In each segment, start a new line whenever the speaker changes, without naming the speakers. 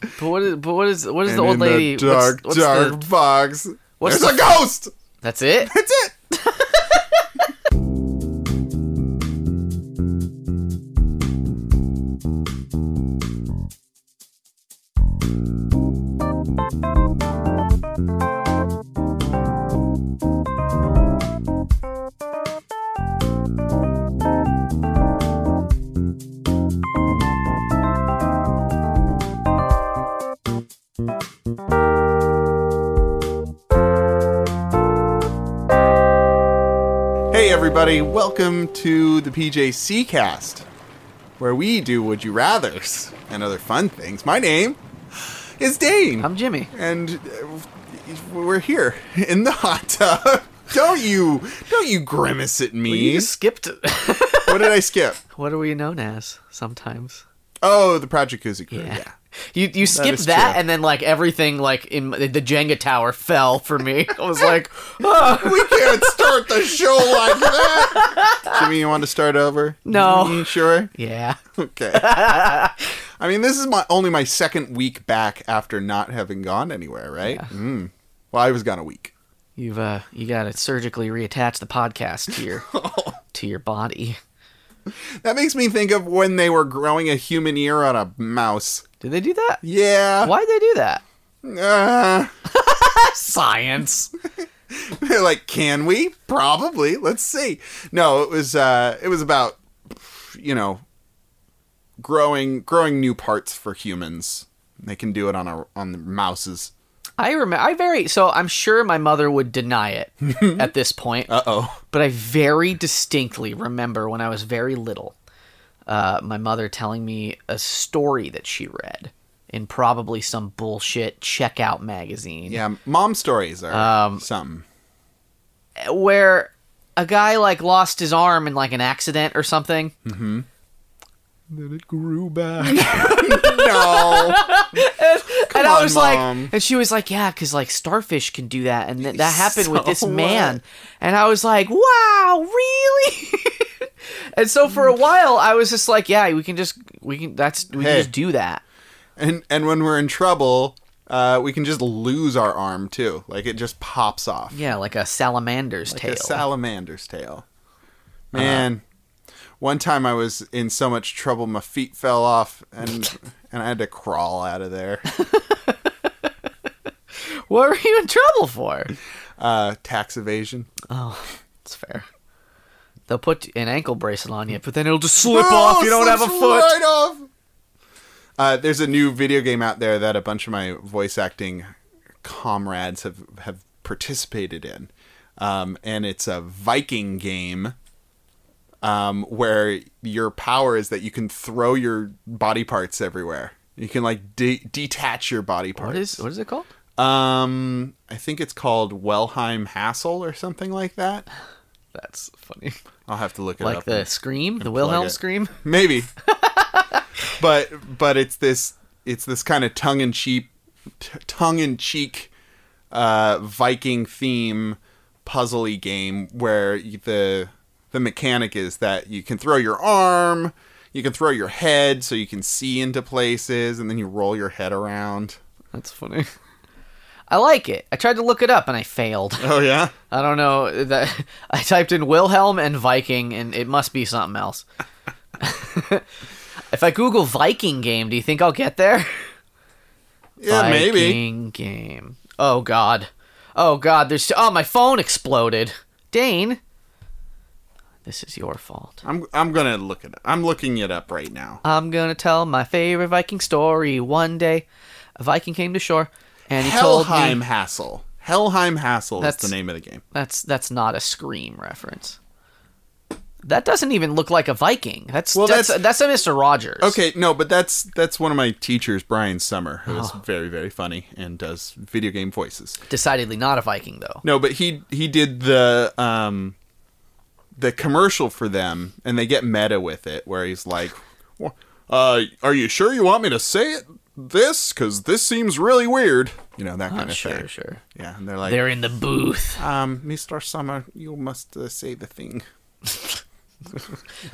But what is but what is what is the
And
old
in
lady?
The dark,
what's, what's
dark
The,
box.
what's
There's
the-
a ghost.
that's it.
That's it. Hey, everybody, welcome to the PJC cast, where we do Would You Rathers and other fun things. My name is Dane,
I'm Jimmy.
and uh, we're here in the hot tub. Don't you, don't you grimace at me.
Well, you just skipped.
What did I skip?
what are we known as sometimes?
Oh, the Project Koozie crew. Yeah.
You you skipped
is
that,
true.
and then like everything like in the Jenga tower fell for me. I was like, oh,
We can't start the show like that. Jimmy, you want to start over?
No.
Mm, sure.
yeah.
Okay. I mean, this is my only my second week back after not having gone anywhere, right? Mm. Well, I was gone a week.
You've uh you got to surgically reattach the podcast to your to your body.
That makes me think of when they were growing a human ear on a mouse.
Did they do that?
Yeah.
Why'd they do that?
Uh,
Science.
they're like, can we? Probably. Let's see. No, it was uh, it was about you know growing growing new parts for humans. They can do it on a on the mouses.
I remember. I very so. I'm sure my mother would deny it at this point.
Uh oh.
but I very distinctly remember when I was very little, uh, my mother telling me a story that she read in probably some bullshit checkout magazine
Yeah, mom stories are something.
where a guy like lost his arm in like an accident or something.
Then it grew back. no. Come
and I
on,
was
Mom.
like, and she was like, yeah, because like starfish can do that, and th- that happened with this
So
man. And I was like, wow, really? and so for a while, I was just like, yeah, we can just we can that's we
Mm. Hey.
can just do that.
And and when we're in trouble, uh, we can just lose our arm too. Like it just pops off.
Yeah, like a salamander's
Like
tail. Uh-huh.
a salamander's tail. Man, one time I was in so much trouble my feet fell off and and I had to crawl out of there.
what were you in trouble for?
Uh, tax evasion.
It's fair. They'll put an ankle bracelet on you, but then it'll just slip off. You don't have a
slips
foot.
Right off. Uh, there's a new video game out there that a bunch of my voice acting comrades have have participated in, um, and it's a Viking game. Um, where your power is that you can throw your body parts everywhere. You can like de- detach your body parts.
What is what is it called?
Um, I think it's called Wellheim Hassle or something like that.
That's funny.
I'll have to look it
Like
up.
the scream, the Wilhelm
it.
scream.
maybe but but it's this it's this kind of tongue-in-cheek t- tongue-in-cheek uh viking theme puzzly game where you- the the mechanic is that you can throw your arm you can throw your head so you can see into places and then you roll your head around
That's funny. I like it. I tried to look it up and I failed.
oh yeah
I don't know that I typed in Wilhelm and Viking and it must be something else. if I Google Viking game, do you think I'll get there?
yeah maybe
Viking game. Oh god. Oh god, there's oh my phone exploded. Dane. This is your fault.
i'm i'm gonna look it up i'm looking it up right now
I'm gonna tell my favorite Viking story one day. A Viking came to shore and he told
hellheim
me
hassle hellheim hassle is
That's-
the name of the game
that's that's not a scream reference. That doesn't even look like a Viking. That's
Well,
that's, that's a Mr. Rogers.
Okay, no, but that's that's one of my teachers, Brian Summer, who is very very funny and does video game voices.
Decidedly not a Viking though.
No, but he he did the um the commercial for them, and they get meta with it, where he's like, "Wha- "Uh, are you sure you want me to say it this? Because this seems really weird." You know that kind of
Sure,
thing.
sure.
Yeah, and they're like,
They're in the booth.
"Um, Mr. Summer, you must uh, say the thing."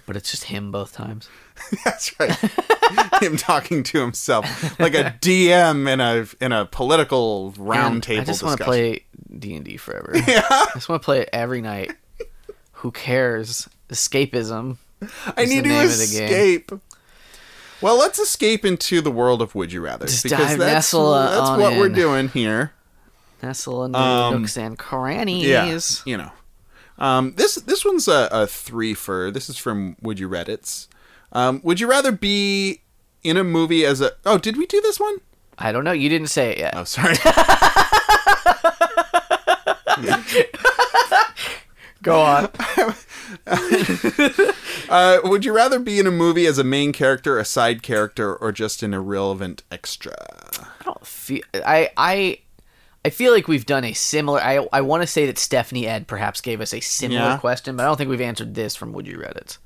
but it's just him both times.
That's right. Him talking to himself like a DM in a in a political
And
roundtable.
I just
discussion.
want to play D and D forever. I just want to play it every night. Who cares? Escapism.
I
is the
need to
name of the game.
escape. Well, let's escape into the world of Would You Rather
Just
because
dive
that's,
nestle, uh,
that's
on
what we're
in.
doing here.
Nestle into
Um,
the nooks and crannies.
Yeah, you know. Um, this this one's a, a three for. This is from Would You Reddit's. Um, would you rather be in a movie as a? Oh, did we do this one?
I don't know. You didn't say it yet.
Oh, sorry.
Go on.
Uh, would you rather be in a movie as a main character, a side character, or just an irrelevant extra?
I don't feel I I I feel like we've done a similar I I want to say that Stephanie Ed perhaps gave us a similar
Yeah.
question, but I don't think we've answered this from Would You Reddit.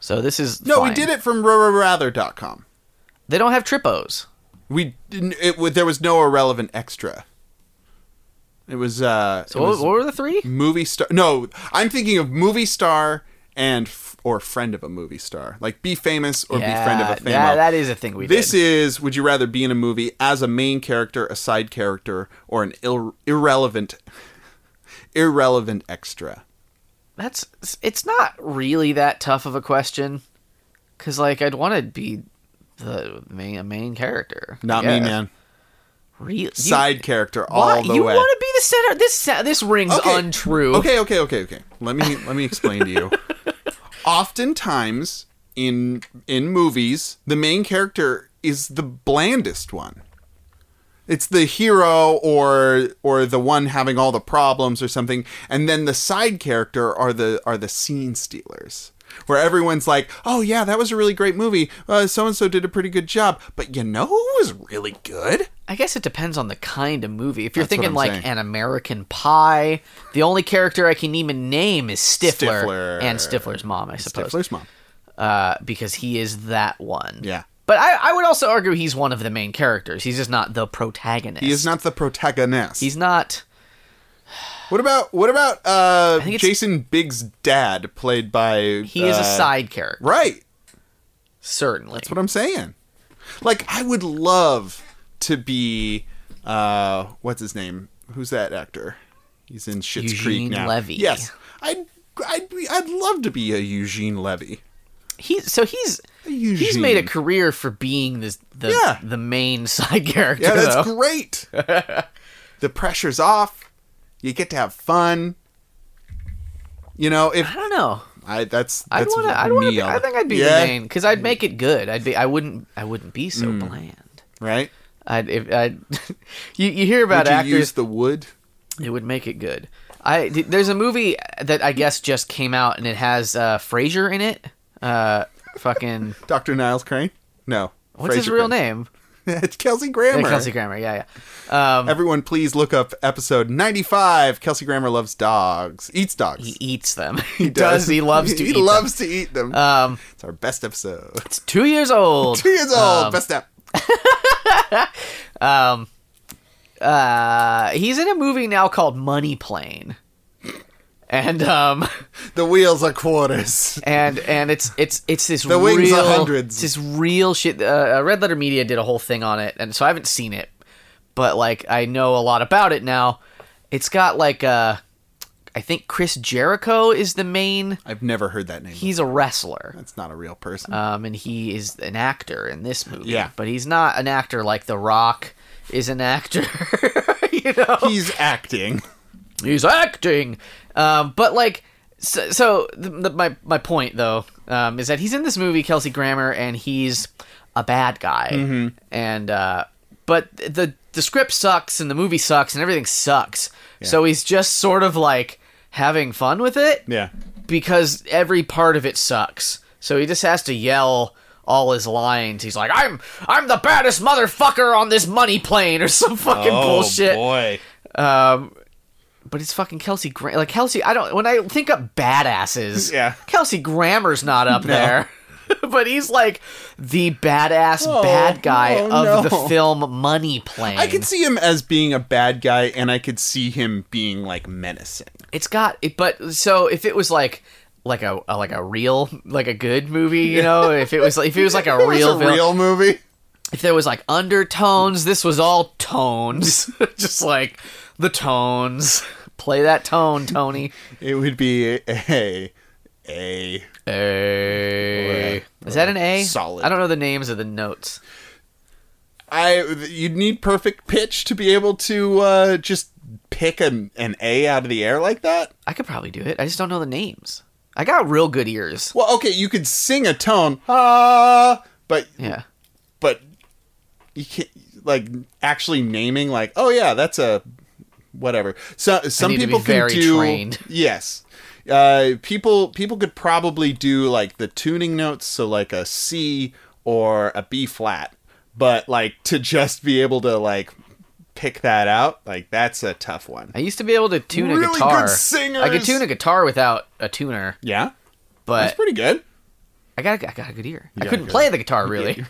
So this is
No, we
fine.
did it from RoRather.com.
They don't have tripos.
We didn't. It, wa- there was no irrelevant extra. It was. Uh,
So
it
what,
was
what were the three?
movie star. No, I'm thinking of movie star and f- or friend of a movie star. Like be famous or be friend of a famo.
that, that is a thing we
this
did.
is would you rather be in a movie as a main character, a side character, or an ir- irrelevant irrelevant extra?
That's it's not really that tough of a question, because like I'd want to be the main main character. I
Not me,
guess.
man.
Real you-
Side character
why-
all the
you
way.
want to be the center? This sa- this rings
Okay.
untrue.
Okay, okay, okay, okay. Let me let me explain to you. Oftentimes in in movies, the main character is the blandest one. It's the hero or or the one having all the problems or something, and then the side character are the are the scene stealers. Where everyone's like, "Oh yeah, that was a really great movie. So and so did a pretty good job." But you know who was really good?
I guess it depends on the kind of movie. If you're
what
thinking
I'm
like
saying.
an American Pie, the only character I can even name is Stifler,
Stifler.
and Stifler's mom, I suppose,
Stifler's mom.
uh, because he is that one.
Yeah.
But I, I would also argue he's one of the main characters. He's just not the protagonist.
He is not the protagonist.
He's not.
What about what about uh,
think it's-
Jason Biggs' dad, played by?
He is
uh,
a side character,
Right,
certainly.
that's what I'm saying. Like, I would love to be. Uh, what's his name? Who's that actor? He's in Schitt's Creek
Eugene
now.
Levy.
Yes, I'd I'd be, I'd love to be a Eugene Levy.
He so he's he's
Eugene.
made a career for being this the
Yeah.
the main side character.
Yeah,
though.
that's great. the pressure's off. You get to have fun. You know, if
I don't know.
I that's
I'd
that's
want to. I'd
me
want to.
all
I
the-
think I'd be
Yeah, Hmm.
the main because I'd make it good. I'd be. I wouldn't. I wouldn't be so bland.
right.
I'd. If, I'd you, you hear about
Would you
actors?
use the wood?
It would make it good. I. th- There's a movie that I guess just came out and it has uh, Frasier in it. Uh, fucking.
Dr. Niles Crane? No.
What's his
Frasier
real
Crane.
name?
it's Kelsey
Yeah,
Grammer.
Kelsey Grammer. Yeah, yeah. Um,
Everyone, please look up episode 95. Kelsey Grammer loves dogs. Eats dogs.
he eats them. He, does. He loves to.
He
eat them.
loves to eat them.
Um,
it's our best episode.
it's um, two years old.
Two years old. best app.
Uh, he's in a movie now called Money Plane. And um.
The wheels are quarters.
and and it's it's it's this
The wings
real,
are hundreds.
It's this real shit. Uh, uh, Red Letter Media did a whole thing on it, and so I haven't seen it, but like I know a lot about it now. It's got like uh, I think Chris Jericho is the main.
I've never heard that name.
He's a wrestler,
That's not a real person.
um, and he is an actor in this movie.
Yeah.
but he's not an actor like The Rock is an actor. you know,
He's acting.
he's acting. Um, but like, so, so the, the, my my point though um, is that he's in this movie, Kelsey Grammer, and he's a bad guy. And uh, but the the script sucks, and the movie sucks, and everything sucks. So he's just sort of like having fun with it
Yeah.
because every part of it sucks. So he just has to yell all his lines. He's like, "I'm I'm the baddest motherfucker on this money plane" or some fucking
Oh,
bullshit.
boy.
Um, but it's fucking Kelsey Gra- like Kelsey. I don't when I think of badasses.
Yeah.
Kelsey Grammer's not up there, but he's like the badass
Oh,
bad guy
oh,
of
no.
the film Money Plane.
I could see him as being a bad guy, and I could see him being like menacing.
It's got it, but so if it was like like a, a like a real like a good movie, you know, if it was if it was like a
It was
real
a
villain-
real movie.
if there was like undertones, this was all tones. Just like the tones. Play that tone, Tony.
It would be a a
A. Is that an A?
Solid.
I don't know the names of the notes.
I you'd need perfect pitch to be able to uh, just pick an, an A out of the air like that.
I could probably do it. I just don't know the names. I got real good ears.
Well, okay, you could sing a tone, ah, but
Yeah.
but you can't like actually naming like oh yeah that's a whatever so some
need to be
people can
very
do
trained.
yes uh people people could probably do like the tuning notes so like a c or a b flat but like to just be able to like pick that out like that's a tough one
I used to be able to tune a
Really
guitar.
good singers.
I could tune a guitar without a tuner,
yeah that's
but
pretty good
I got a, I got a good ear. I
got a
couldn't
good-
play the guitar really,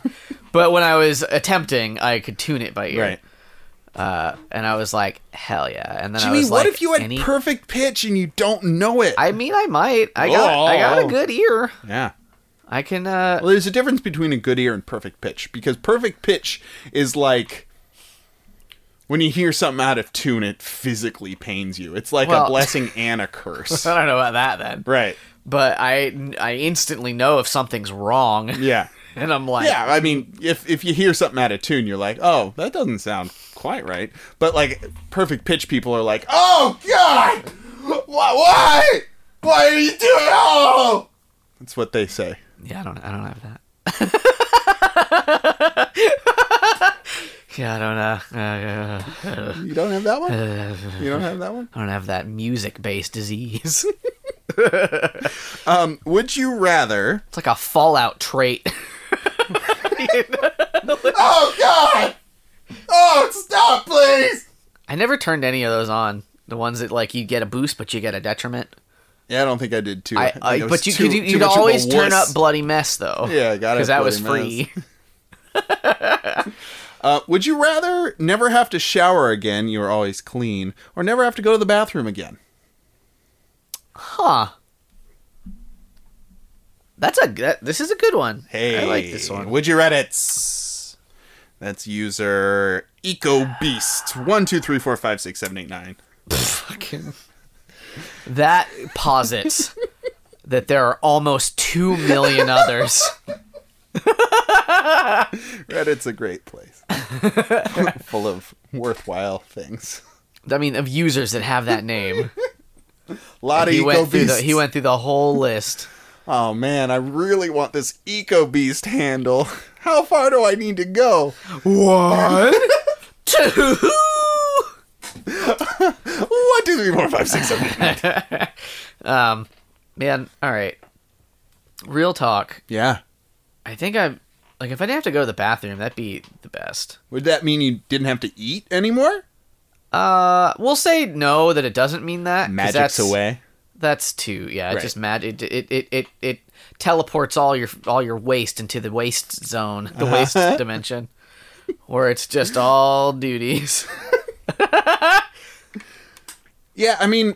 but when I was attempting, I could tune it by ear.
right
Uh, and I was like, hell yeah! And then I
jimmy
was
what
like,
if you had
any-
perfect pitch and you don't know it
I mean, I might. I got I got a
Oh.
good ear.
yeah
I can. uh
Well, there's a difference between a good ear and perfect pitch because perfect pitch is like when you hear something out of tune, it physically pains you. It's like
Well-
a blessing and a curse.
I don't know about that then,
right.
but I I instantly know if something's wrong,
Yeah.
and I'm like,
Yeah, I mean, if if you hear something out of tune, you're like, "Oh, that doesn't sound quite right." But like perfect pitch people are like, "Oh god! Why why? Why are you doing oh?" That's what they say.
Yeah, I don't. I don't have that. yeah, I don't know. Uh,
You don't have that one? You don't have that one?
I don't have that music-based disease. it's
Um, would you rather
like a Fallout trait.
Oh God! Oh, stop, please!
I never turned any of those on. The ones that like you get a boost, but you get a detriment.
Yeah, I don't think I did too.
I,
think
I,
was
but you
too-
could you,
too
you'd
much of a
always turn
wuss.
up bloody mess though.
Yeah, I gotta
because that
have
was
Bloody Mess.
free.
Uh, would you rather never have to shower again? You are always clean, or never have to go to the bathroom again?
Huh. That's a that, this is a good one.
Hey,
I like this one.
Would you Reddit's? That's user Eco Beast one two three four five six seven eight nine.
Fucking- That posits that there are almost two million others.
Reddit's a great place, full of worthwhile things.
I mean, of users that have that name.
A lot of
He
Eco
went through the
Beasts.
he went through the whole list.
Oh man, I really want this Eco Beast handle. How far do I need to go?
One, two.
One, two, three, four, five, six, seven. eight, nine.
Um, man, all right. Real talk.
yeah.
I think I'm like if I didn't have to go to the bathroom, that'd be the best.
Would that mean you didn't have to eat anymore?
Uh, we'll say no that it doesn't mean that. 'cause that's,
away.
That's two. Yeah, it
Right.
just magic. It, it it it it teleports all your all your waste into the waste zone,
Uh-huh.
the waste dimension, where it's just all duties.
Yeah, I mean,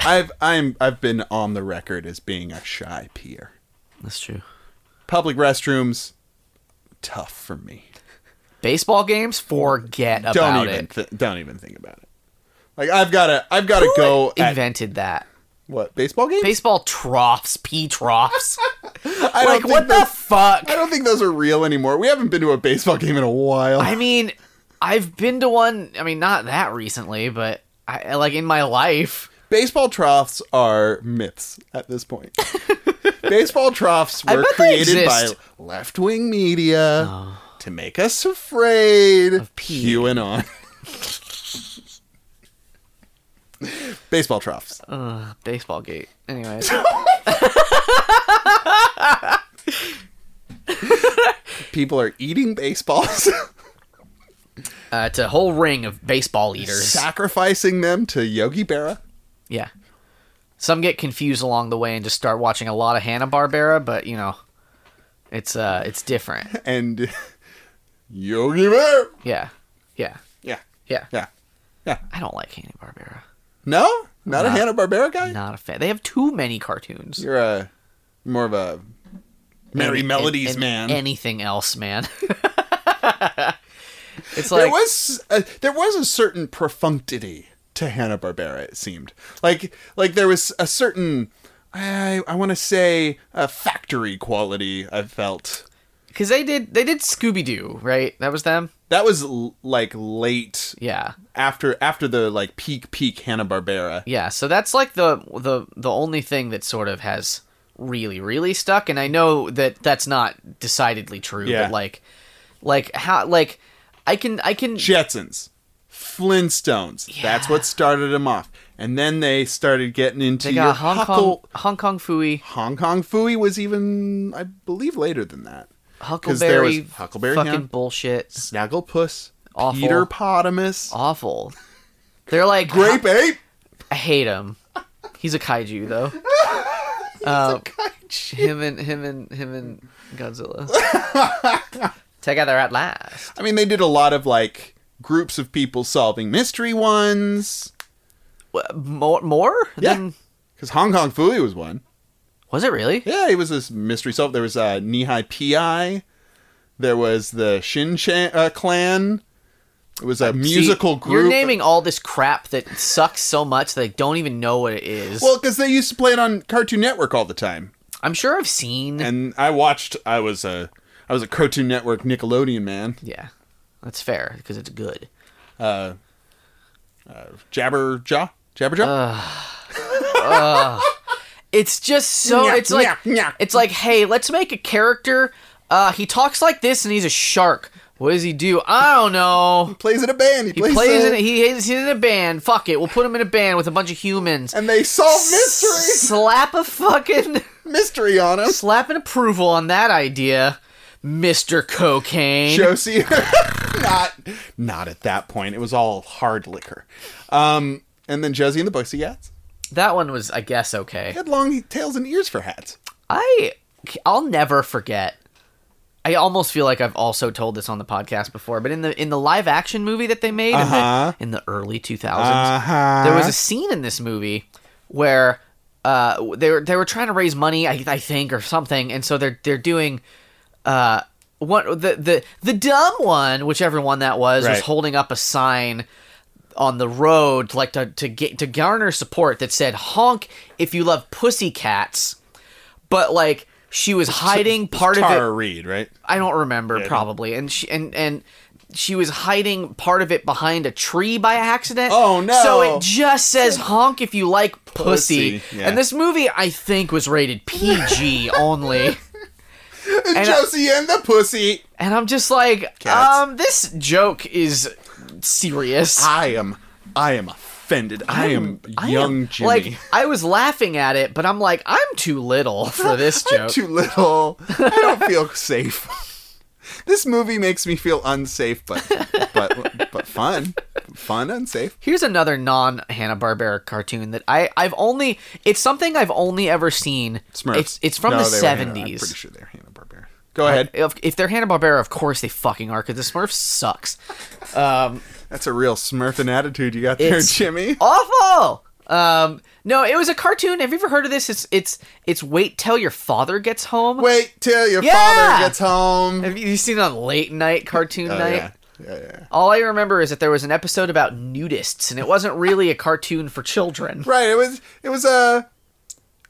I've I'm I've been on the record as being a shy peer.
That's true.
Public restrooms, tough for me.
Baseball games, forget about
Don't even
it.
th- don't even think about it. Like I've gotta I've gotta go at
Invented that
what baseball game?
baseball troughs, pea troughs.
I don't
like
think
what the
those-
fuck?
I don't think those are real anymore. We haven't been to a baseball game in a while.
I mean, I've been to one. I mean, not that recently, but I like in my life.
baseball troughs are myths at this point. baseball troughs were
bet they
created by
exist. Oh.
left wing media to make us afraid of
pee.
QAnon. baseball troughs.
Ugh, baseball gate. Uh, Anyway.
People are eating baseballs,
Uh, it's a whole ring of baseball eaters.
sacrificing them to Yogi Berra.
Yeah. Some get confused along the way and just start watching a lot of Hanna Barbera, but you know, it's uh, it's different.
And Yogi Berra.
Yeah, yeah,
Yeah.
yeah.
Yeah.
I don't like Hanna Barbera.
No? Not a Hanna Barbera guy.
Not a fan. They have too many cartoons.
You're a more of a Merry
Any-
Melodies
an-
man.
Anything else, man. it's
there
like
was a, there was a certain perfunctity to Hanna Barbera. It seemed like like there was a certain I I want to say a factory quality. I felt
because they did they did Scooby Doo, right? That was them.
that was l- like late
Yeah,
after after the like peak peak Hanna Barbera.
yeah. So that's like the the the only thing that sort of has really really stuck. And I know that that's not decidedly true,
Yeah.
but like like how like I can I can
Jetsons, Flintstones. That's
Yeah.
what started them off, and then they started getting into
they
your
got uh, Hong Kong
Huckle-
Hong Kong Fooey
Hong Kong Fooey was even, I believe, later than that. there was
Huckleberry
Huckleberry
fucking
Hound.
bullshit
Snagglepuss,
Awful.
Peter Potamus,
awful. They're like
Grape Ape.
I hate him. He's a kaiju though. Uh, him and him and him and Godzilla together at last.
I mean, they did a lot of like groups of people solving mystery ones.
Wha- More, more
Yeah.
than
Because Hong Kong Fooey was one.
was it really?
Yeah, it was this mystery solve. There was uh, Knee High Pi. There was the Shin Chan, uh, Clan. It was a musical
See,
group.
You're naming all this crap that sucks so much that I don't even know what it is.
Well, because they used to play it on Cartoon Network all the time.
I'm sure I've seen.
and I watched. I was a I was a Cartoon Network Nickelodeon man.
yeah, that's fair because it's good.
Jabberjaw, Jabberjaw.
It's just so.
Nyah,
it's like
nyah, nyah.
it's like, hey, let's make a character. Uh, he talks like this, and he's a shark. What does he do? I don't know.
plays in a band. He,
He plays in
a-
a, he is he's in a band. Fuck it, we'll put him in a band with a bunch of humans.
and they solve mystery
Slap a fucking
mystery on him.
slap an approval on that idea, Mister Cocaine.
Josie, not not at that point. It was all hard liquor. Um, and then Josie and the Bugsy Hats.
That one was, I guess, okay.
They had long tails and ears for hats.
I I'll never forget. I almost feel like I've also told this on the podcast before, but in the in the live action movie that they made
Uh-huh.
in, the, in the early two
Uh-huh.
there was a scene in this movie where uh, they were they were trying to raise money, I, I think, or something, and so they're they're doing uh, one the the the dumb one, whichever one that was, was
Right.
holding up a sign on the road, like to to get to garner support that said "honk if you love pussy cats," but like she was hiding part of it.
Tara Reid, right?
I don't remember probably. And she and and she was hiding part of it behind a tree by accident.
Oh, no.
So it just says honk if you like pussy.
Pussy, yeah.
And this movie I think was rated PG only.
And
And I-
Josie and the Pussy.
And I'm just like,
Cats.
um this joke is serious.
I am, I am offended. I am
I
young
am-
Jimmy.
Like I was laughing at it, but I'm like, I'm too little for this
I'm
joke.
too little. I don't feel safe. this movie makes me feel unsafe, but but but fun, fun unsafe.
Here's another non Hanna Barbera cartoon that I I've only it's something I've only ever seen.
Smurfs.
It's it's from the
No, they were Hanna- I'm pretty
seventies.
sure they're Hanna Barbera. Go ahead.
If, if they're Hanna Barbera, of course they fucking are, because the Smurfs sucks. Um,
That's a real Smurfing attitude you got there,
It's-
Jimmy.
awful. Um, no, it was a cartoon. Have you ever heard of this? It's it's it's wait till your father gets home.
Wait till your
Yeah!
father gets home.
Have you, you seen it on late night cartoon
Oh,
night?
yeah. Yeah, yeah.
All I remember is that there was an episode about nudists, and it wasn't really a cartoon for children.
Right. It was. It was a.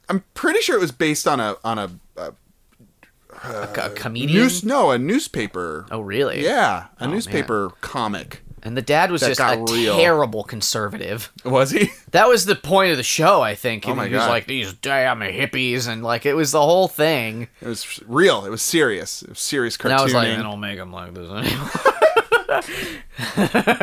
I'm pretty sure it was based on a on a, a
a comedian.
news. No, a newspaper.
Oh, really?
Yeah, a newspaper comic.
And the dad was just a
got real.
terrible conservative.
Was he?
That was the point of the show, I think. And
Oh my
he was
God.
like, these damn hippies, and like it was the whole thing.
It was real. It was serious. It was serious
And I was like,
cartooning.
I don't make them like this anymore.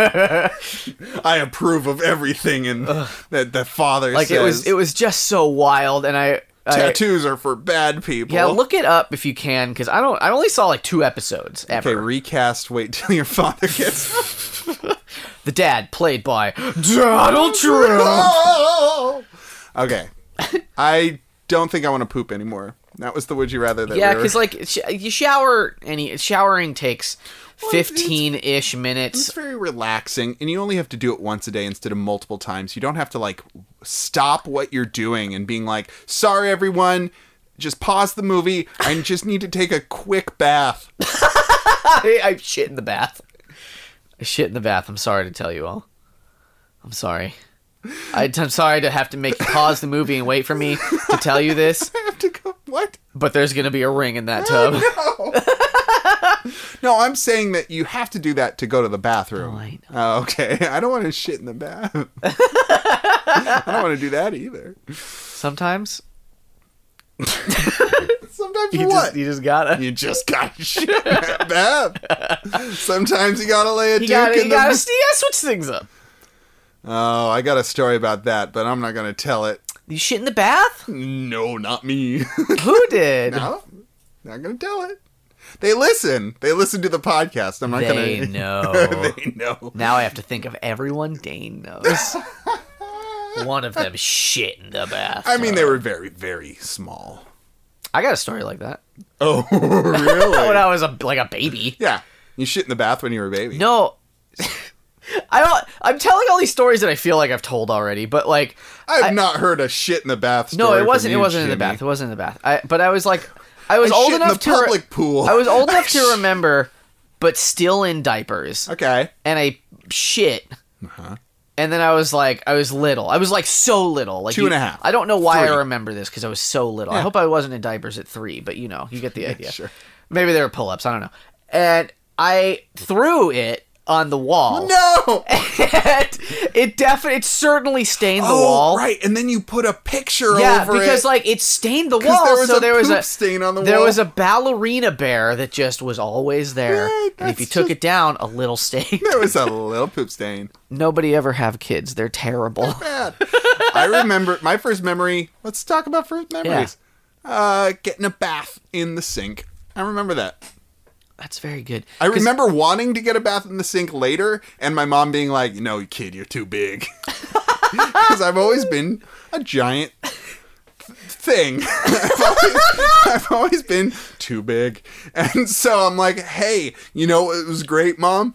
I approve of everything and that the father
like
says.
it was, it was just so wild, and I, I-
tattoos are for bad people.
yeah, look it up if you can, because I don't, I only saw like two episodes ever.
Okay, recast. Wait till your father gets.
The dad played by Donald Trump.
Oh! okay, I don't think I want to poop anymore. That was the would you rather that.
Yeah,
we were-
because like sh- you shower, any showering takes fifteen ish minutes.
it's very relaxing, and you only have to do it once a day instead of multiple times. You don't have to like stop what you're doing and being like, sorry, everyone, just pause the movie. I just need to take a quick bath.
I, I shit in the bath. I shit in the bath. I'm sorry to tell you all. I'm sorry. I, I'm sorry to have to make you pause the movie and wait for me to tell you this,
I have to go, what?
but there's gonna be a ring in that tub.
No, I'm saying that you have to do that to go to the bathroom.
Oh, I
Oh, okay. I don't want to shit in the bath. I don't want to do that either.
Sometimes
Sometimes
you
you what?
just you just gotta
you just got to shit in that bath. Sometimes you got to lay a
you
duke
gotta
in
you
the
gotta, you gotta switch things up.
Oh, I got a story about that, but I'm not going to tell it.
You shit in the bath?
No, not me.
Who did?
no, not going to tell it. They listen. They listen to the podcast. I'm not
They
going to.
know.
they know.
Now I have to think of everyone Dane knows. One of them shit in the bath.
I mean, they were very, very small.
I got a story like that.
Oh,
When
really?
I was a, like a baby.
yeah. You shit in the bath when you were a baby.
No. I don't, I'm telling all these stories that I feel like I've told already, but like
I've not heard a shit in the bath story.
no, it
from
wasn't.
you,
it wasn't in the
Jimmy.
bath. It wasn't in the bath. I, but I was like, I was
I
old
shit
enough
in the
to re-
public pool.
I was old enough to remember, but still in diapers,
Okay.
and I shit.
Uh-huh.
And then I was like, I was little. I was like so little, like
Two and
you-
a half.
I don't know why
Three.
I remember this because I was so little. I
Yeah.
hope I wasn't in diapers at three, but you know, you get the idea.
sure.
Maybe they were pull-ups. I don't know. And I threw it on the wall.
No.
And it definitely, it certainly stained the
oh,
wall.
right. And then you put a picture
Yeah,
over
because
it.
like it stained the wall,
there was
so
a
there was
poop
a
stain on the
there
wall.
was a ballerina bear that just was always there.
Yeah,
and if you
that's
took
just-
it down, a little stain.
there was a little poop stain.
Nobody ever have kids; they're terrible.
Bad. I remember my first memory. Let's talk about first memories. Uh, getting a bath in the sink. I remember that.
That's very good.
I remember wanting to get a bath in the sink later, and my mom being like, "No, kid, you're too big," because I've always been a giant th- thing. I've, always, I've always been too big, and so I'm like, "Hey, you know it was great, mom,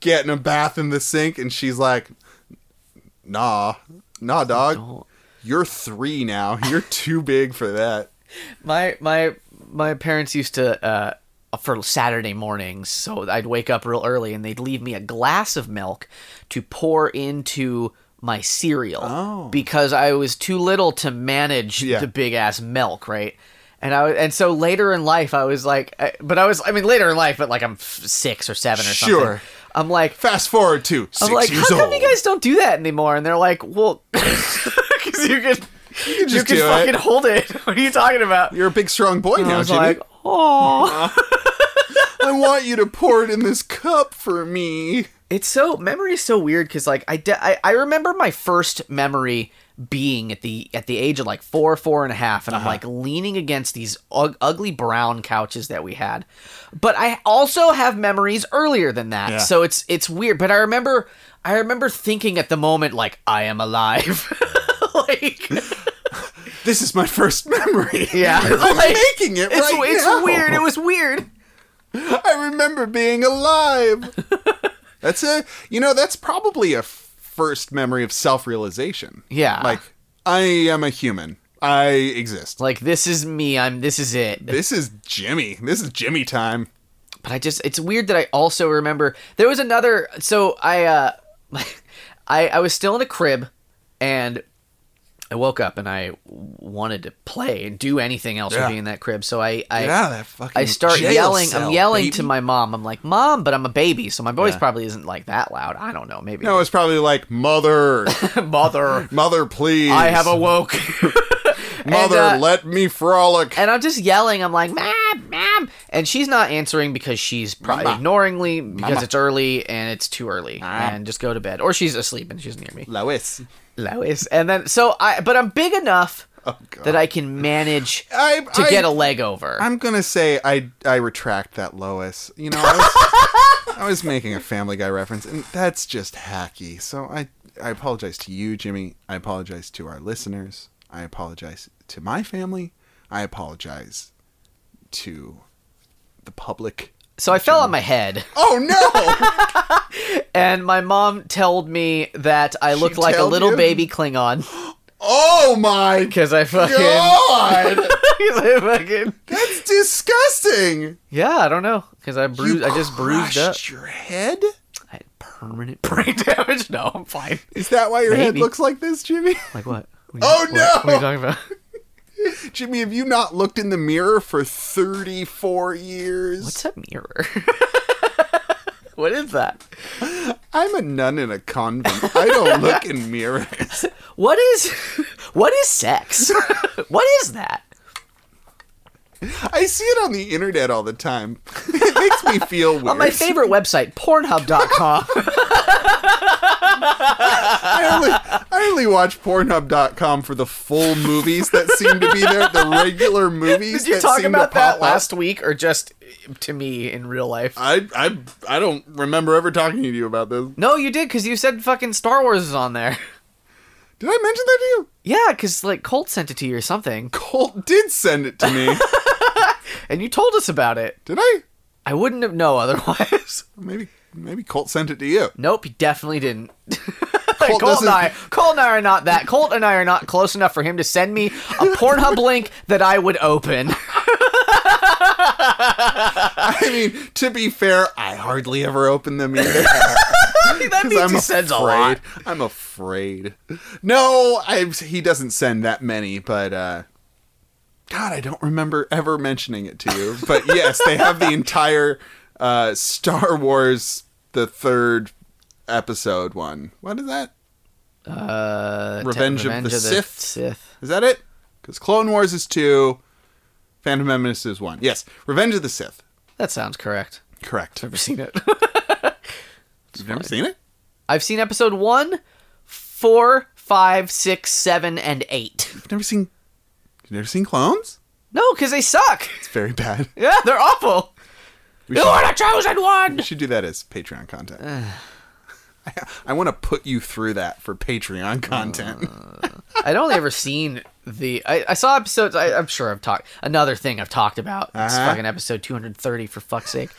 getting a bath in the sink," and she's like, "Nah, nah, dog,
Don't.
you're three now. You're too big for that."
my my my parents used to uh, for Saturday mornings, so I'd wake up real early and they'd leave me a glass of milk to pour into my cereal
Oh.
because I was too little to manage
Yeah.
the big ass milk, right? And I and so later in life I was like, I, but I was I mean later in life, but like I'm f- six or seven or
Sure.
something. I'm like,
Fast forward to 6
I'm like,
years
how come
old.
you guys don't do that anymore? And they're like, well, because you can. You can,
just do it.
fucking hold it. What are you talking about?
You're a big, strong boy
I
now,
was
Jimmy.
like, oh,
I want you to pour it in this cup for me.
it's so memory is so weird because like I, de- I I remember my first memory being at the at the age of like four four and a half, and I'm like leaning against these ug- ugly brown couches that we had, but I also have memories earlier than that,
Yeah.
so it's it's weird. But I remember I remember thinking at the moment like I am alive. like
This is my first memory.
Yeah.
I'm
Like,
making it
it's,
right
it's
now.
weird it was weird
I remember being alive. that's a, you know, that's probably a f- first memory of self-realization.
Yeah.
Like, I am a human. I exist.
like this is me i'm this is it
This is Jimmy. This is Jimmy time.
but I just it's weird that I also remember there was another so I uh I I was still in a crib and I woke up and I wanted to play and do anything else
Yeah.
with being in that crib so I I
Get out of that fucking
I start
jail
yelling
cell,
I'm yelling
baby.
to my mom I'm like mom but I'm a baby so my voice
Yeah.
probably isn't like that loud I don't know maybe
No, it's probably like, mother,
mother
mother, please.
I have awoke
Mother,
and, uh,
let me frolic.
and I'm just yelling. I'm like, "Mom, mom," and she's not answering because she's probably
Mama.
ignoringly because
Mama. Ah.
it's early and it's too early, and just go to bed, or she's asleep and she's near me.
Lois.
Lois, and then so I, but I'm big enough
Oh, God.
that I can manage
I,
to
I,
get a leg over.
I'm gonna say I I retract that Lois. You know, I was, I was making a Family Guy reference, and that's just hacky. So I I apologize to you, Jimmy. I apologize to our listeners. I apologize to my family. I apologize to the public.
so I fell on my head,
Oh no!
and my mom told me that I looked like a
told
little
you?
baby Klingon.
Oh my
because I fucking
god!
'cause I fucking
That's disgusting.
yeah. I don't know because I bruised.
You
I just bruised up.
crushed Your head?
I had permanent brain damage. No, I'm fine.
Is that why your head
Maybe.
looks like this, Jimmy?
Like what? What
Oh,
what-
no!
What are you talking about?
Jimmy, have you not looked in the mirror for 34 years?
What's a mirror? what is that?
I'm a nun in a convent. I don't look in mirrors.
What is what is sex? what is that?
I see it on the internet all the time. It makes me feel weird.
On my favorite website, Pornhub.com.
I, only, I only watch Pornhub.com for the full movies that seem to be there, the regular movies.
Did you
that
talk
seem
about
to pop
that
up.
last week or just to me in real life?
I, I I don't remember ever talking to you about this.
no, you did because you said fucking Star Wars is on there.
Did I mention that to you?
Yeah, because like Colt sent it to you or something,
Colt did send it to me.
and you told us about it.
did I?
I wouldn't have known otherwise.
Maybe maybe Colt sent it to you.
Nope, he definitely didn't.
Colt
Colt,
doesn't-
and I, Colt and I are not that. Colt and I are not close enough for him to send me a Pornhub link that I would open.
I mean, to be fair, I hardly ever open them either.
that
'Cause
means
I'm
he sends a
afraid.
lot.
I'm afraid. No, I he doesn't send that many, but uh God, I don't remember ever mentioning it to you. But yes, they have the entire uh Star Wars the third episode one. What is that?
Uh, te-
Revenge of the Sith? Is that it? Because Clone Wars is two, Phantom Menace is one. Yes, Revenge of the Sith.
That sounds correct.
Correct.
I've seen it.
You've never seen it?
I've seen episode one, four, five, six, seven, and eight.
You've never seen? You've never seen Clones?
No, because they suck.
It's very bad.
Yeah, they're awful.
We
You
should,
are the chosen one.
we should do that as Patreon content.
Uh.
I, I want to put you through that for Patreon content.
Uh. I'd only ever seen the. I, I saw episodes. I, I'm sure I've talked. Another thing I've talked about. It's
Uh-huh.
fucking episode 230 for fuck's sake.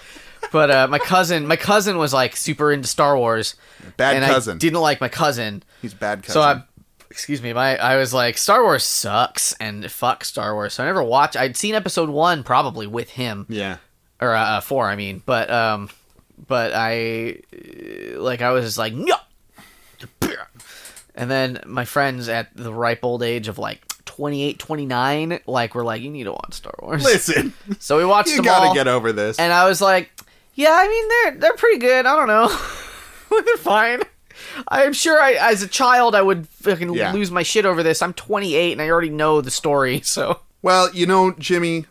But uh, my cousin, my cousin was like super into Star Wars.
Bad
and
cousin.
I didn't like my cousin.
He's a bad
So
cousin.
I, excuse me, my I was like Star Wars sucks and fuck Star Wars. So I never watched. I'd seen episode one probably with him
yeah.
or uh, uh, four, I mean. But um, but I uh, like I was just like no, and then my friends at the ripe old age of like 28, 29, like were like, you need to watch Star Wars.
Listen,
so we watched
you
them
gotta
all,
get over this.
and I was like, yeah, I mean they're they're pretty good. I don't know, they're fine. I'm sure I, as a child, I would fucking
Yeah.
lose my shit over this. I'm 28 and I already know the story, so
well, you know, Jimmy,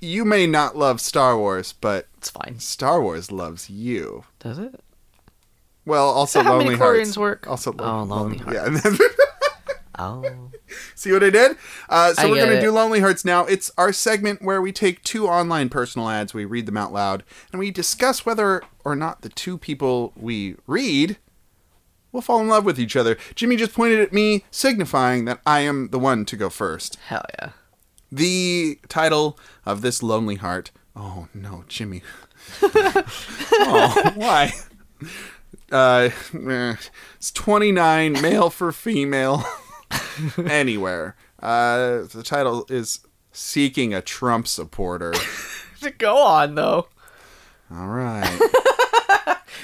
you may not love Star Wars, but
it's fine.
Star Wars loves you.
Does it?
Well, also
that how
Lonely Hearts.
midichlorians work?
Also,
Oh, Lonely
Hearts. Yeah.
Oh.
See what I did? Uh, so
I
we're
get
going to
it.
do Lonely Hearts now. It's our segment where we take two online personal ads, we read them out loud, and we discuss whether or not the two people we read will fall in love with each other. Jimmy just pointed at me, signifying that I am the one to go first.
Hell yeah.
The title of this Lonely Heart. Oh no, Jimmy. oh, why? Uh, eh, it's 29, male for female. Anywhere. Uh, the title is Seeking a Trump Supporter.
Go on though.
All right.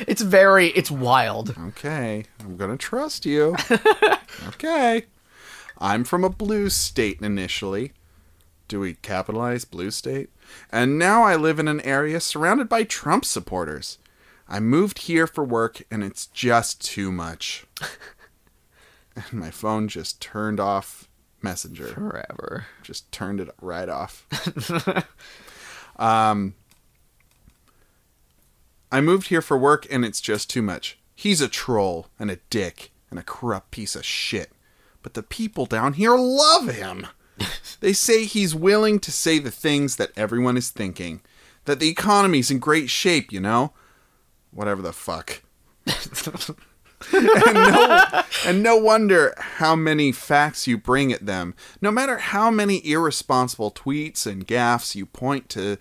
It's very it's wild.
Okay. I'm going to trust you. Okay. I'm from a blue state initially. Do we capitalize blue state? And now I live in an area surrounded by Trump supporters. I moved here for work and it's just too much. and my phone just turned off Messenger.
Forever.
Just turned it right off. um I moved here for work and it's just too much. He's a troll and a dick and a corrupt piece of shit. But the people down here love him. They say he's willing to say the things that everyone is thinking. That the economy's in great shape, you know? Whatever the fuck. and, no, and no wonder how many facts you bring at them. No matter how many irresponsible tweets and gaffes you point to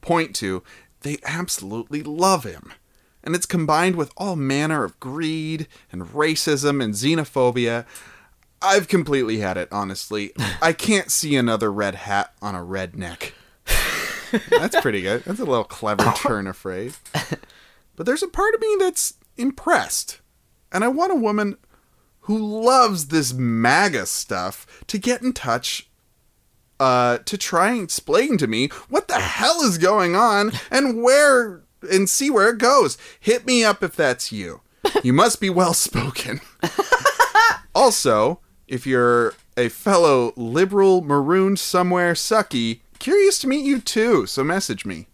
point to, they absolutely love him. And it's combined with all manner of greed and racism and xenophobia. I've completely had it, honestly. I can't see another red hat on a redneck. that's pretty good. That's a little clever turn of phrase. But there's a part of me that's impressed. And I want a woman who loves this MAGA stuff to get in touch uh, to try and explain to me what the hell is going on and where and see where it goes. Hit me up if that's you. You must be well spoken. also, if you're a fellow liberal marooned somewhere sucky, curious to meet you too, so message me.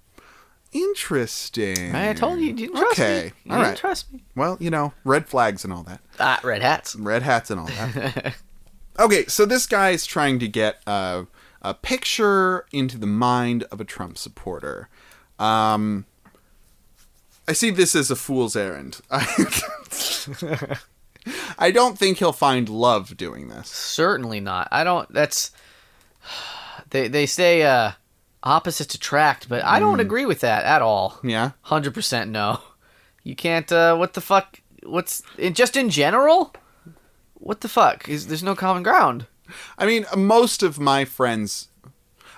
Interesting.
I told you, you didn't trust
Okay,
me. You
all
didn't
right.
trust me.
Well, you know, red flags and all that.
Ah, red hats.
Red hats and all that. okay, so this guy is trying to get a, a picture into the mind of a Trump supporter. Um, I see this as a fool's errand. I don't think he'll find love doing this.
Certainly not. I don't. That's they. They say uh, opposites attract, but I don't agree with that at all.
Yeah?
Hundred percent no. You can't. Uh, what the fuck? What's in, just in general? What the fuck? Is there's no common ground?
I mean, most of my friends,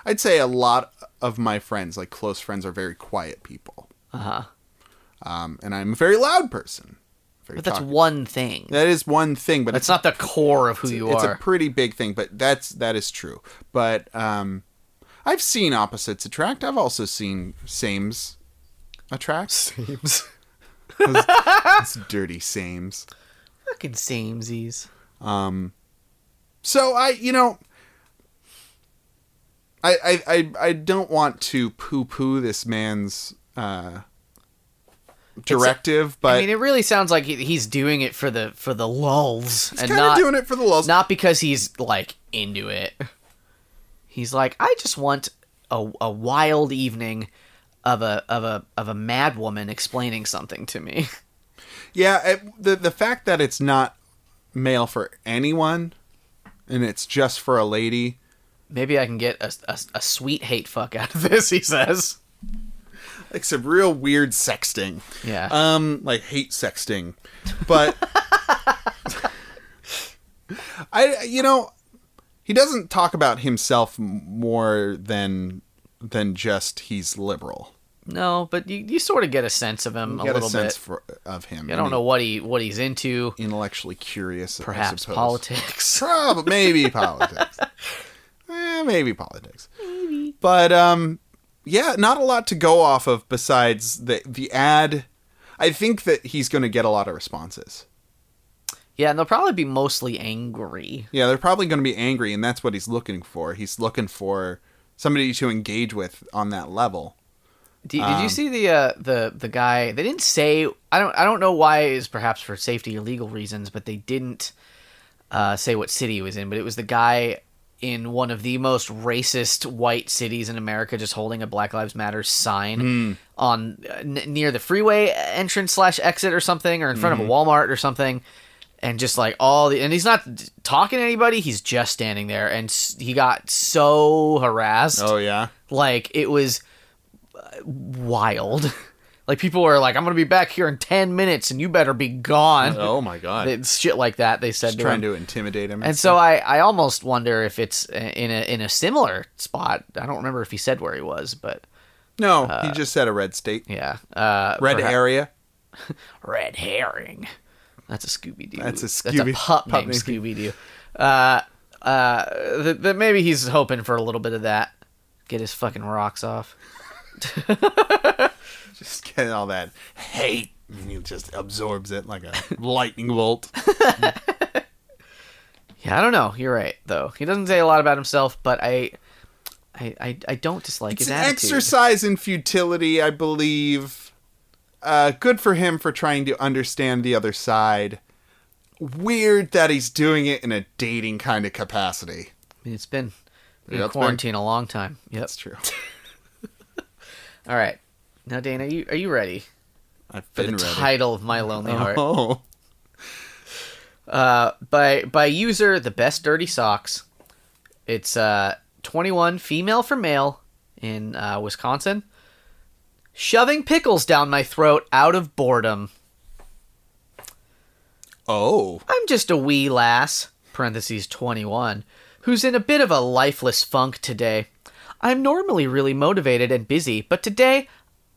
I'd say a lot of my friends, like close friends, are very quiet people.
Uh huh.
Um, and I'm a very loud person. Very
But that's
talkative.
one thing.
that is one thing, but
That's
it's
not the core of who you
it's
are.
a pretty big thing. But that's that is true. But um, I've seen opposites attract. I've also seen sames attract. Sames. those, those dirty sames. Um,
Fucking samesies.
So I, you know, I I I, I don't want to poo poo this man's uh, directive, but
I mean, it really sounds like he- he's doing it for the for the lulls and
kind
not
of doing it for the lulz.
not because he's like into it. He's like, I just want a, a wild evening of a of a of a mad woman explaining something to me.
Yeah, it, the the fact that it's not male for anyone, and it's just for a lady.
Maybe I can get a, a, a sweet hate fuck out of this. He says,
like some real weird sexting.
Yeah.
Um, like hate sexting, but I, you know, he doesn't talk about himself m- more than than just he's liberal.
no, but you, you sort of get a sense of him
You
a
get
little
a sense
bit.
for, of him.
I don't know what he what he's into.
Intellectually curious, I
Perhaps
suppose.
politics.
Probably, maybe politics. Eh, maybe politics. Maybe. But um, yeah, not a lot to go off of besides the the ad. I think that he's going to get a lot of responses.
yeah, and they'll probably be mostly angry.
Yeah, they're probably going to be angry, and that's what he's looking for. He's looking for somebody to engage with on that level.
Did, did you see the uh, the the guy? They didn't say. I don't. I don't know why. Is perhaps for safety or legal reasons, but they didn't uh, say what city he was in. But it was the guy in one of the most racist white cities in America, just holding a Black Lives Matter sign on uh, n- near the freeway entrance slash exit or something, or in front of a Walmart or something. And just like all the, and he's not d- talking to anybody. He's just standing there, and s- he got so harassed.
Oh, yeah,
Like it was uh, wild. Like people are like, "I'm gonna be back here in ten minutes, and you better be gone."
Oh my god,
It's Shit like that. They said to
trying
him.
to intimidate him.
And so I, I almost wonder if it's uh, in a in a similar spot. I don't remember if he said where he was, but
no, he just said a red state,
uh, yeah, uh,
red
perha-
area.
red herring. That's a Scooby Doo.
That's a
That's a
Scooby-
pup,
pup
named
name.
Scooby Doo. Uh, uh, th- that maybe he's hoping for a little bit of that. Get his fucking rocks off.
just getting all that hate and he just absorbs it like a lightning bolt
Yeah, I don't know. You're right, though. He doesn't say a lot about himself, but I, I, I, I don't dislike
it's
his
an
attitude.
exercise in futility i believe uh, good for him for trying to understand the other side weird that he's doing it in a dating kind of capacity
I mean, it's been been
Yeah,
in
it's been-
quarantine a long time. Yep.
that's true
All right. Now, Dana, are you are you ready
i've
for
been
the
ready
title of my lonely heart?
oh
Uh, by by user the best dirty socks. It's uh 21 female for male in uh, Wisconsin. Shoving pickles down my throat out of boredom.
oh
I'm just a wee lass. parentheses 21, who's in a bit of a lifeless funk today. I'm normally really motivated and busy, but today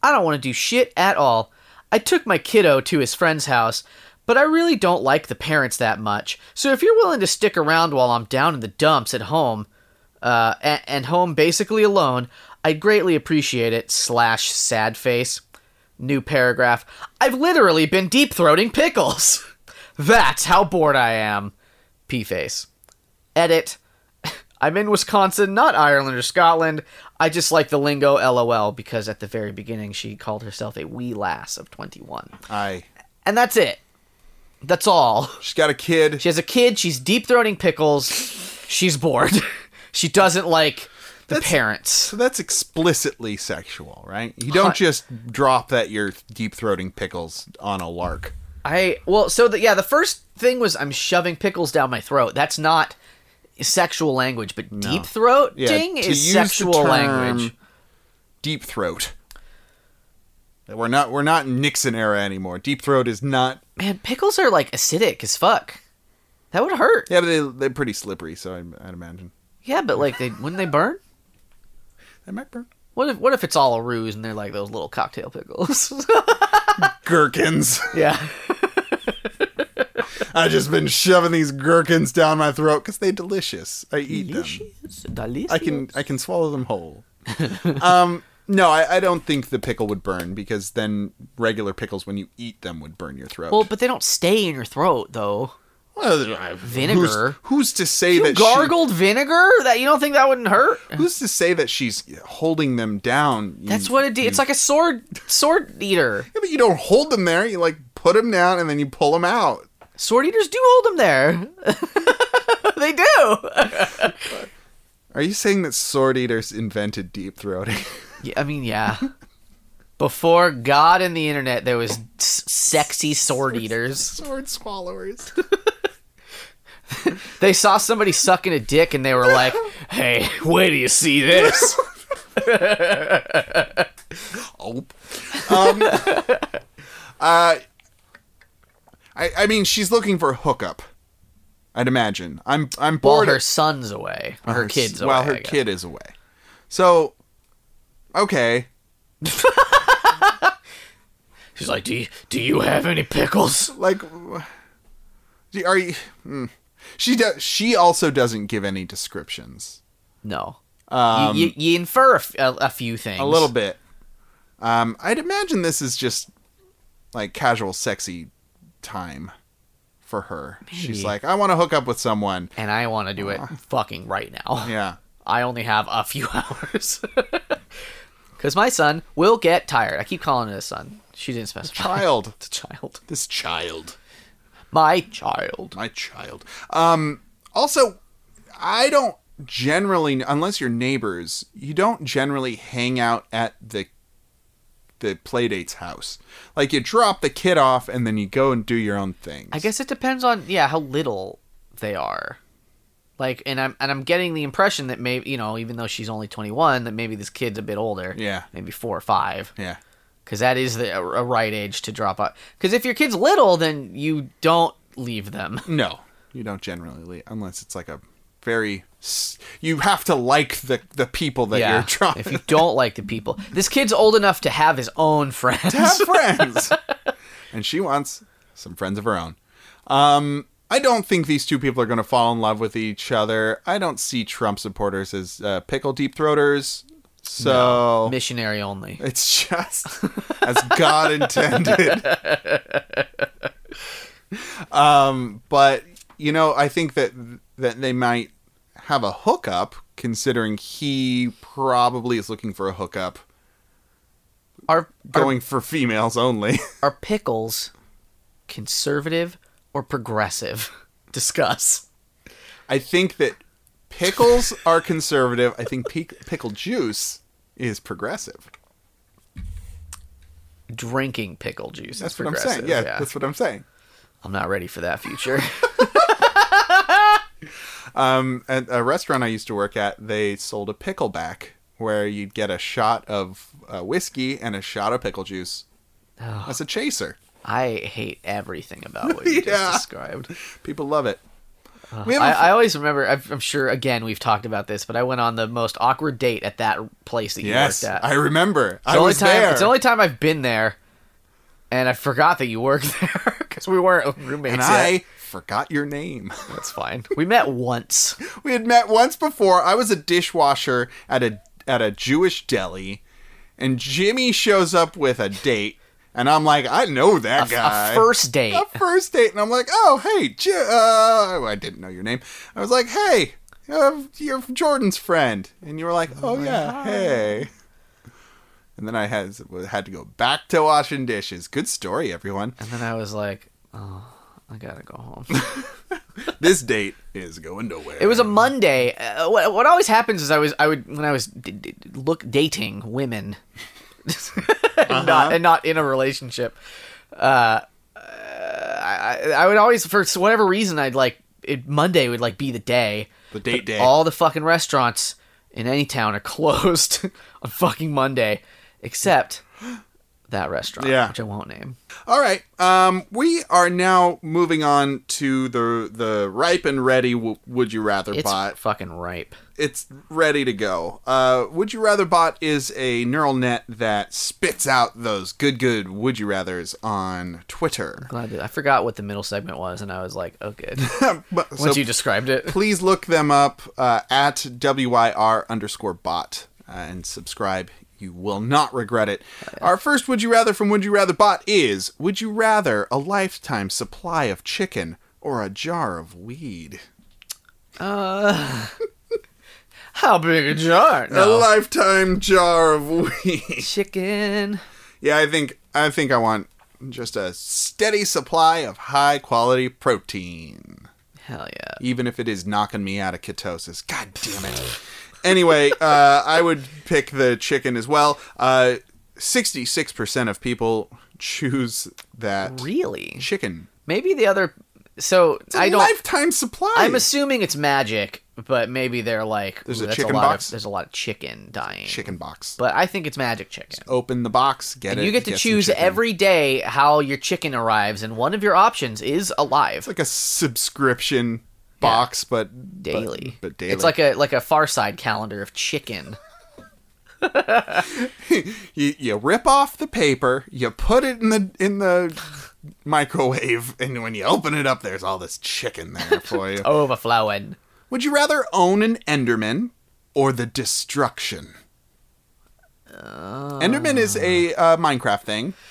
I don't want to do shit at all. I took my kiddo to his friend's house, but I really don't like the parents that much. So if you're willing to stick around while I'm down in the dumps at home, uh, and, and home basically alone, I'd greatly appreciate it. Slash sad face. New paragraph. I've literally been deep throating pickles. That's how bored I am. P face. Edit. I'm in Wisconsin, not Ireland or Scotland. I just like the lingo LOL because at the very beginning she called herself a wee lass of 21.
I.
And that's it. That's all.
She's got a kid.
She has a kid. She's deep throating pickles. She's bored. she doesn't like the
That's-
parents.
so that's explicitly sexual, right? You don't just drop that you're deep throating pickles on a lark.
I well, so the, yeah, the first thing was I'm shoving pickles down my throat. That's not sexual language, but deep throating
Yeah, to
is
use the
sexual
term
language.
Deep throat. We're not we're not in Nixon era anymore. Deep throat is not.
Man, pickles are like acidic as fuck. That would hurt.
Yeah, but they they're pretty slippery, so I, I'd imagine
Yeah, but like they wouldn't they burn?
they might burn.
What if what if it's all a ruse and they're like those little cocktail pickles?
Gherkins.
yeah.
I've just been shoving these gherkins down my throat because they're delicious. I eat them.
Delicious. Delicious.
I can I can swallow them whole. um, no, I, I don't think the pickle would burn because then regular pickles, when you eat them, would burn your throat.
Well, but they don't stay in your throat though.
Well, I-
Vinegar.
Who's, who's to say
You
that
gargled vinegar? That you don't think that wouldn't hurt?
She, who's to say that she's holding them down? You-
That's what it.
you-
It's like a sword sword eater.
Yeah, but you don't hold them there. You like put them down and then you pull them out.
Sword eaters do hold them there. they do.
Are you saying that sword eaters invented deep throating?
Yeah, I mean, yeah. Before God and the internet, there was s- sexy sword eaters.
sword swallowers.
They saw somebody sucking a dick and they were like, "Hey, where do you see this?"
Oh. Um, uh, I I mean, she's looking for a hookup. I'd imagine. I'm I'm
While
bored.
her son's away, her,
s-
kids.
While
away,
her
I guess.
kid is away. So, okay.
She's like, "Do you, do you have any pickles?"
like do- are you mm. she does she also doesn't give any descriptions
No.
um
you, you, you infer a, f- a- a few things.
a little bit um i'd imagine this is just like casual sexy time for her
Maybe.
she's like i want to hook up with someone
And I want to do it fucking right now.
yeah
I only have a few hours. Because my son will get tired. I keep calling it a son. She didn't specify.
child
It's a child.
this child
My child.
my child um also i don't generally unless you're neighbors you don't generally hang out at the the playdate's house like you drop the kid off and then you go and do your own thing
I guess it depends on yeah how little they are. Like, and I'm and I'm getting the impression that maybe you know even though she's only 21, that maybe this kid's a bit older.
Yeah.
Maybe four or five.
yeah
because that is the, a right age to drop out. Because if your kid's little, then you don't leave them.
no you don't generally leave, unless it's like a very s- you have to like the the people that you're dropping
if you don't like the people, this kid's old enough to have his own
have
friends.
friends. and she wants some friends of her own. Um, I don't think these two people are going to fall in love with each other. I don't see Trump supporters as uh, pickle deep throaters. So
Missionary only.
it's just as God intended. um, but you know, I think that that they might have a hookup, considering he probably is looking for a hookup,
Are are,
going for females only.
are pickles conservative or progressive? Discuss.
I think that pickles are conservative. I think pic- pickle juice is progressive.
Drinking pickle juice.
That's
is
what I'm
progressive.
saying. Yeah, that's what I'm saying.
I'm not ready for that future.
Um, at a restaurant I used to work at, they sold a pickleback where you'd get a shot of uh, whiskey and a shot of pickle juice
Oh,
as a chaser.
I hate everything about what you
Yeah.
just described.
People love it. We
I,
haven't-
I always remember. I've- I'm sure again we've talked about this, but I went on the most awkward date at that place that you
yes,
worked at.
I remember.
It's
I
the only
was
time,
there.
It's the only time I've been there, and I forgot that you worked there because we weren't roommates.
and
yet.
I forgot your name.
That's fine. We met once.
we had met once before. I was a dishwasher at a at a Jewish deli, and Jimmy shows up with a date, and I'm like, I know that guy.
A first date.
a first date, and I'm like, oh hey, J- uh, I didn't know your name. I was like, hey, uh, you're Jordan's friend, and you were like, oh, yeah, hey. And then I had had to go back to washing dishes. Good story, everyone.
And then I was like, oh, I gotta go home.
this date is going nowhere.
It was a Monday. Uh, what, what always happens is I was I would when I was d- d- look dating women, and
Uh-huh.
not and not in a relationship. Uh, uh, I I I would always for whatever reason I'd like it, Monday would like be the day.
the date day.
All the fucking restaurants in any town are closed on fucking Monday, except that restaurant,
Yeah.
which I won't name.
All right. Um, we are now moving on to the the ripe and ready. W- would you rather
It's
bot?
fucking ripe.
It's ready to go. Uh, would you rather bot is a neural net that spits out those good good would you rather's on Twitter.
Glad that I forgot what the middle segment was, and I was like, oh, good.
But- so
Once you described it.
please look them up uh, at wyr underscore bot uh, and subscribe. You will not regret it. Our first would you rather from would you rather bot is would you rather a lifetime supply of chicken or a jar of weed?
How big a jar?
A
No.
lifetime jar of weed.
Chicken.
yeah, I think I think I want just a steady supply of high quality protein.
Hell yeah.
even if it is knocking me out of ketosis. God damn it. Anyway, uh, I would pick the chicken as well. Uh, 66% of people choose that
Really?
chicken.
Maybe the other. So I don't.
Lifetime supply.
I'm assuming it's magic, but maybe they're like
There's
"Ooh,
a
that's
chicken
lot
box?
Of, there's a lot of chicken dying.
chicken box.
But I think it's magic chicken.
Open the box, get it.
you get to
some
choose
chicken.
every day how your chicken arrives, and one of your options is alive
It's like a subscription box, but but-
daily.
But, daily.
It's like a like a Far Side calendar of chicken.
you, you rip off the paper, you put it in the in the microwave, and when you open it up, there's all this chicken there for you.
Overflowing.
Would you rather own an Enderman or the Destruction? Enderman is a uh, Minecraft thing.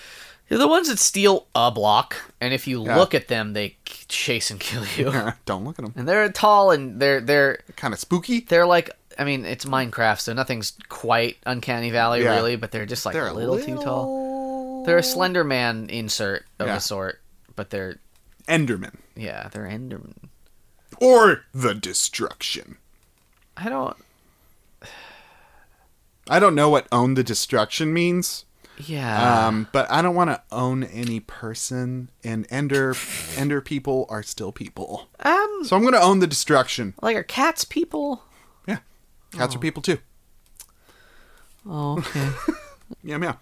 They're the ones that steal a block, and if you look at them, they k- chase and kill you.
Don't look at them.
and they're tall and they're they're
Kind of spooky.
they're like I mean it's Minecraft so nothing's quite uncanny valley
Yeah.
really but they're just like
They're
a little, too tall. They're a Slender Man insert of
Yeah.
a sort, but they're
Enderman
yeah they're Enderman.
or the Destruction.
I don't
I don't know what own the Destruction means.
yeah
Um, but I don't want to own any person, and Ender, Ender people are still people.
um,
So I'm going to own the destruction.
like are cats people?
Yeah, cats are people too.
Oh okay.
Yeah, yeah.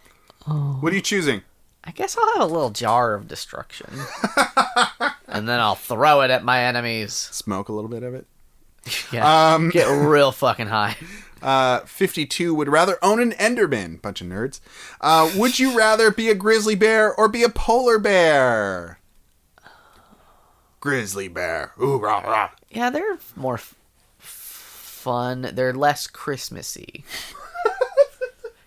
Oh.
What are you choosing?
I guess I'll have a little jar of destruction, and then I'll throw it at my enemies.
Smoke a little bit of it.
Yeah,
Um,
get real fucking high.
Uh, 52 would rather own an Enderman. Bunch of nerds. Uh, would you rather be a grizzly bear or be a polar bear? Grizzly bear. Ooh, rah, rah.
Yeah, they're more f- fun. They're less Christmassy.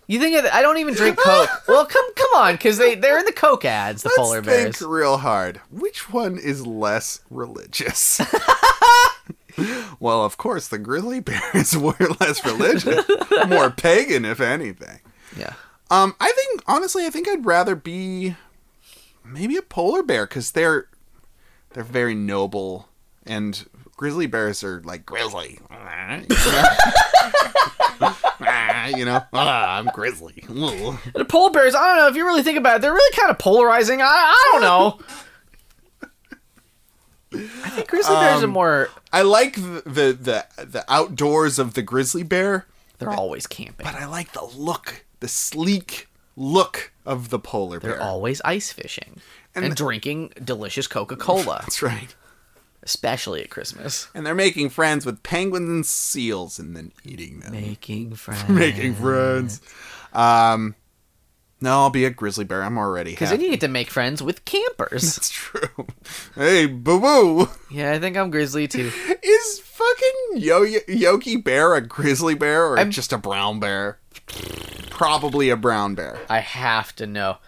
you think of, I don't even drink Coke? Well, come come on, because they they're in the Coke ads, the polar
Let's think
bears.
real hard. Which one is less religious? well, of course, the grizzly bears were less religious, more pagan, if anything.
Yeah,
Um, I think honestly, I think I'd rather be maybe a polar bear because they're they're very noble, and grizzly bears are like grizzly. you know, "Ah, I'm grizzly. Ooh.
and the polar bears. I don't know if you really think about it. They're really kind of polarizing. I I don't know. I think grizzly bears
Um,
are more.
I like the, the the the outdoors of the grizzly bear,
They're always camping.
but I like the look, the sleek look of the polar
They're
bear.
always ice fishing and, drinking delicious Coca Cola.
That's right.
especially at Christmas.
And they're making friends with penguins and seals and then eating them.
Making friends.
Making friends. Um, no, I'll be a grizzly bear. I'm already
Because
happy.
then you get to make friends with campers.
It's true. Hey, boo boo.
yeah, I think I'm grizzly too.
Is fucking Yo Yogi Bear a grizzly bear or
I'm-
just a brown bear? Probably a brown bear.
I have to know.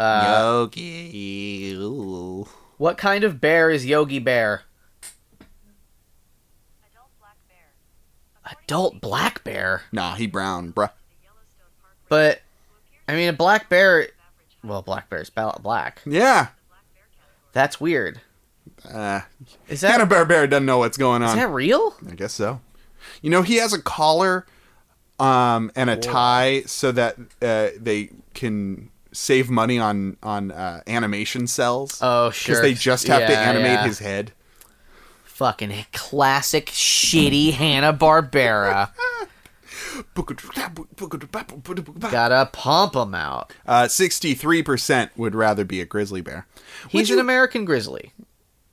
Yogi. ooh.
What kind of bear is Yogi Bear?
Adult black bear.
Adult black bear.
Nah, he brown, bruh.
But, I mean, a black bear. Well, black bear's ba- black.
Yeah.
That's weird.
Uh,
Is that,
Hanna Barbera doesn't know what's going
is
on.
that real?
I guess so. You know, he has a collar um, and a tie so that uh, they can save money on on uh, animation cells.
Oh, sure.
Because they just have to
Yeah,
animate
yeah.
his head.
Fucking classic shitty Hanna-Barbera. Gotta pump him out.
Uh, 63% would rather be a grizzly bear.
He's
you-
an American grizzly,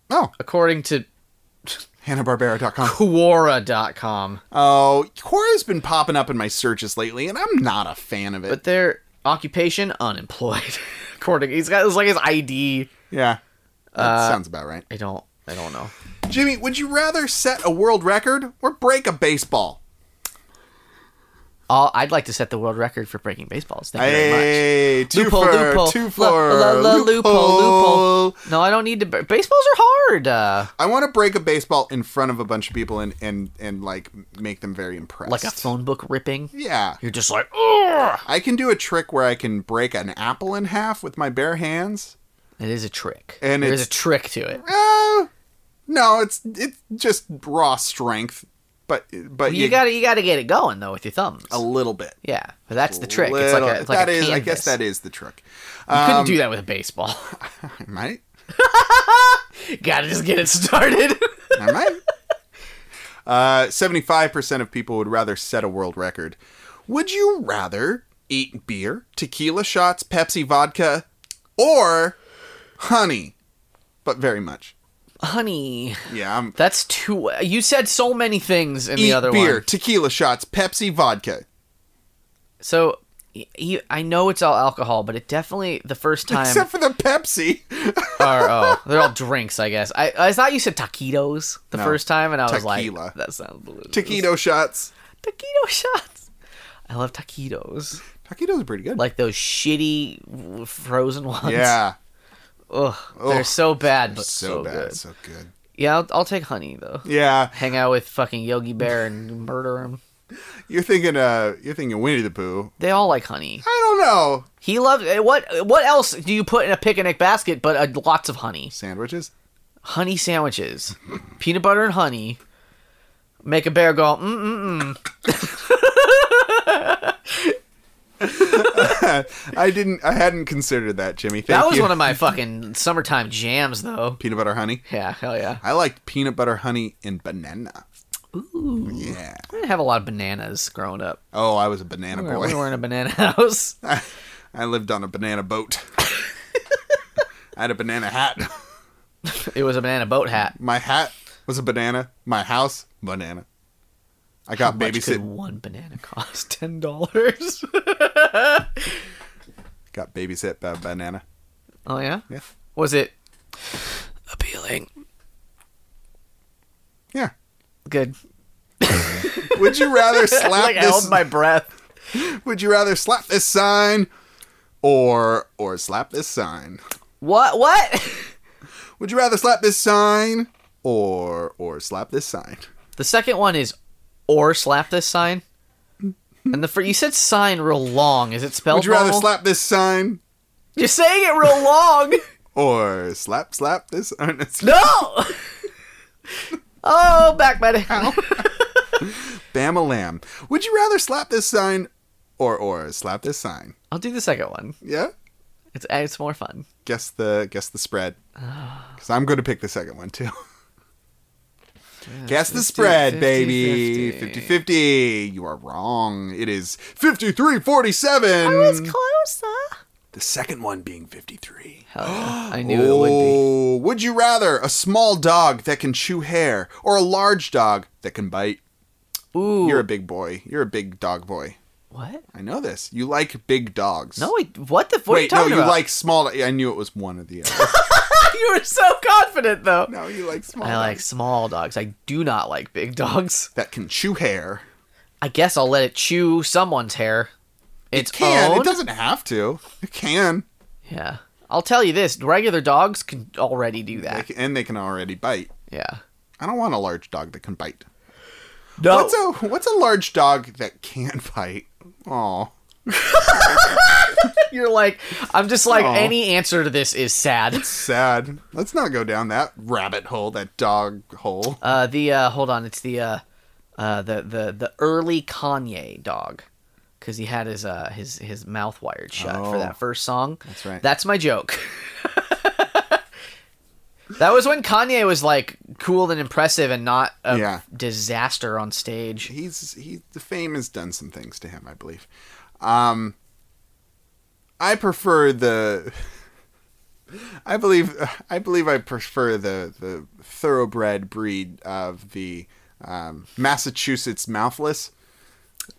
Oh,
according to
HannahBarbera.com.
Quora.com.
Oh, Quora's been popping up in my searches lately, and I'm not a fan of it.
But their occupation unemployed. according, he's got it's like his ID.
yeah, that
uh,
sounds about right.
I don't. I don't know.
Jimmy, would you rather set a world record or break a baseball?
I'll, I'd like to set the world record for breaking baseballs. Thank you very much.
Hey, two
Loophole,
for
loophole,
two
lo-
for
la- la- loophole, loophole. No, I don't need to. br- Baseballs are hard. Uh,
I want to break a baseball in front of a bunch of people and and and like make them very impressed.
like a phone book ripping.
Yeah,
You're just like, Ugh!
I can do a trick where I can break an apple in half with my bare hands.
it is a trick.
And
there's a
it's-
trick to it.
Uh, no, it's it's just raw strength, but but
You gotta, you gotta get it going though with your thumbs.
a little bit.
Yeah, but that's the trick. It's like a, it's like
That
a
is-
canvas.
I guess that um, is the trick.
You couldn't do that with a baseball.
I might.
gotta just get it started.
I might. Uh, 75% of people would rather set a world record. Would you rather eat beer, tequila shots, Pepsi vodka, or honey? But very much.
Honey,
Yeah, I'm
that's too. You said so many things in
eat
the other
beer,
one.
tequila shots, Pepsi vodka.
So y- you, I know it's all alcohol, but it definitely the first time.
Except for the Pepsi.
or, oh, they're all drinks, I guess. I, I thought you said taquitos the
No.
first time, and I was
Tequila.
like, that sounds delicious.
Taquito shots.
taquito shots. I love taquitos,
Taquitos are pretty good.
like those shitty w- frozen ones.
yeah.
Ugh, they're
Ugh.
so bad, but
so,
so,
bad,
good.
so good.
Yeah, I'll, I'll take honey though.
Yeah.
Hang out with fucking Yogi Bear and murder him.
You're thinking uh you're thinking Winnie the Pooh.
They all like honey.
I don't know.
He loves eh, what? What else do you put in a picnic basket but uh, lots of honey?
Sandwiches?
honey sandwiches, peanut butter and honey. Make a bear go, mm mm mm.
I didn't. I hadn't considered that, Jimmy. Thank
That was
you.
one of my fucking summertime jams, though.
peanut butter honey.
Yeah, hell yeah.
I liked peanut butter honey and banana.
Ooh.
Yeah.
I didn't have a lot of bananas growing up.
Oh, I was a banana
We were- we
boy.
were in a banana house.
I lived on a banana boat. I had a banana hat.
It was a banana boat hat.
My hat was a banana. My house banana. I got
How much could
babysit.
one banana cost? Ten dollars.
Got babysit by a banana.
oh yeah.
Yeah.
Was it appealing?
Yeah.
Good.
Would you rather slap
like I
this?
held my breath.
Would you rather slap this sign, or or slap this sign?
What? What?
Would you rather slap this sign, or or slap this sign?
The second one is or slap this sign. And the fir- you said sign real long. Is it spelled
Would you rather
normal?
slap this sign
You're saying it real long.
or slap slap this? or no,
no. oh, back by the house.
Bama lamb. Would you rather slap this sign or or slap this sign?
I'll do the second one.
Yeah.
It's eh, it's more fun.
Guess the guess the spread. Because I'm going to pick the second one too. Guess the
50,
spread,
50,
baby. 50
50.
50. You are wrong. It is 53 47.
I was closer.
The second one being 53.
Hell yeah. I knew it would be.
Oh, would you rather a small dog that can chew hair or a large dog that can bite?
Ooh.
Oh, You're a big boy. You're a big dog boy.
what?
I know this. You like big dogs.
No, I, what the? What are you
Wait, no,
talking
you
about?
like small. I knew it was one or the other.
you were so confident though.
no, you like small.
I like
dogs
small dogs. I do not like big dogs.
that can chew hair.
I guess I'll let it chew someone's hair. Its
It can.
own?
It doesn't have to. It can.
Yeah. I'll tell you this: regular dogs can already do
They
that.
can. And they can already bite.
Yeah.
I don't want a large dog that can bite.
No.
What's a what's a large dog that can bite? Oh,
You're like, I'm just like,
Aw.
any answer to this is sad.
sad. Let's not go down that rabbit hole, that dog hole.
Uh, the uh, hold on, it's the uh, uh, the the the early Kanye dog, because he had his uh his his mouth wired shut for
Oh.
that first song.
That's right.
That's my joke. that was when Kanye was like cool and impressive and not a
Yeah.
disaster on stage.
He's he the fame has done some things to him, I believe. Um, I prefer the. I believe I believe I prefer the the thoroughbred breed of the um, Massachusetts Mouthless.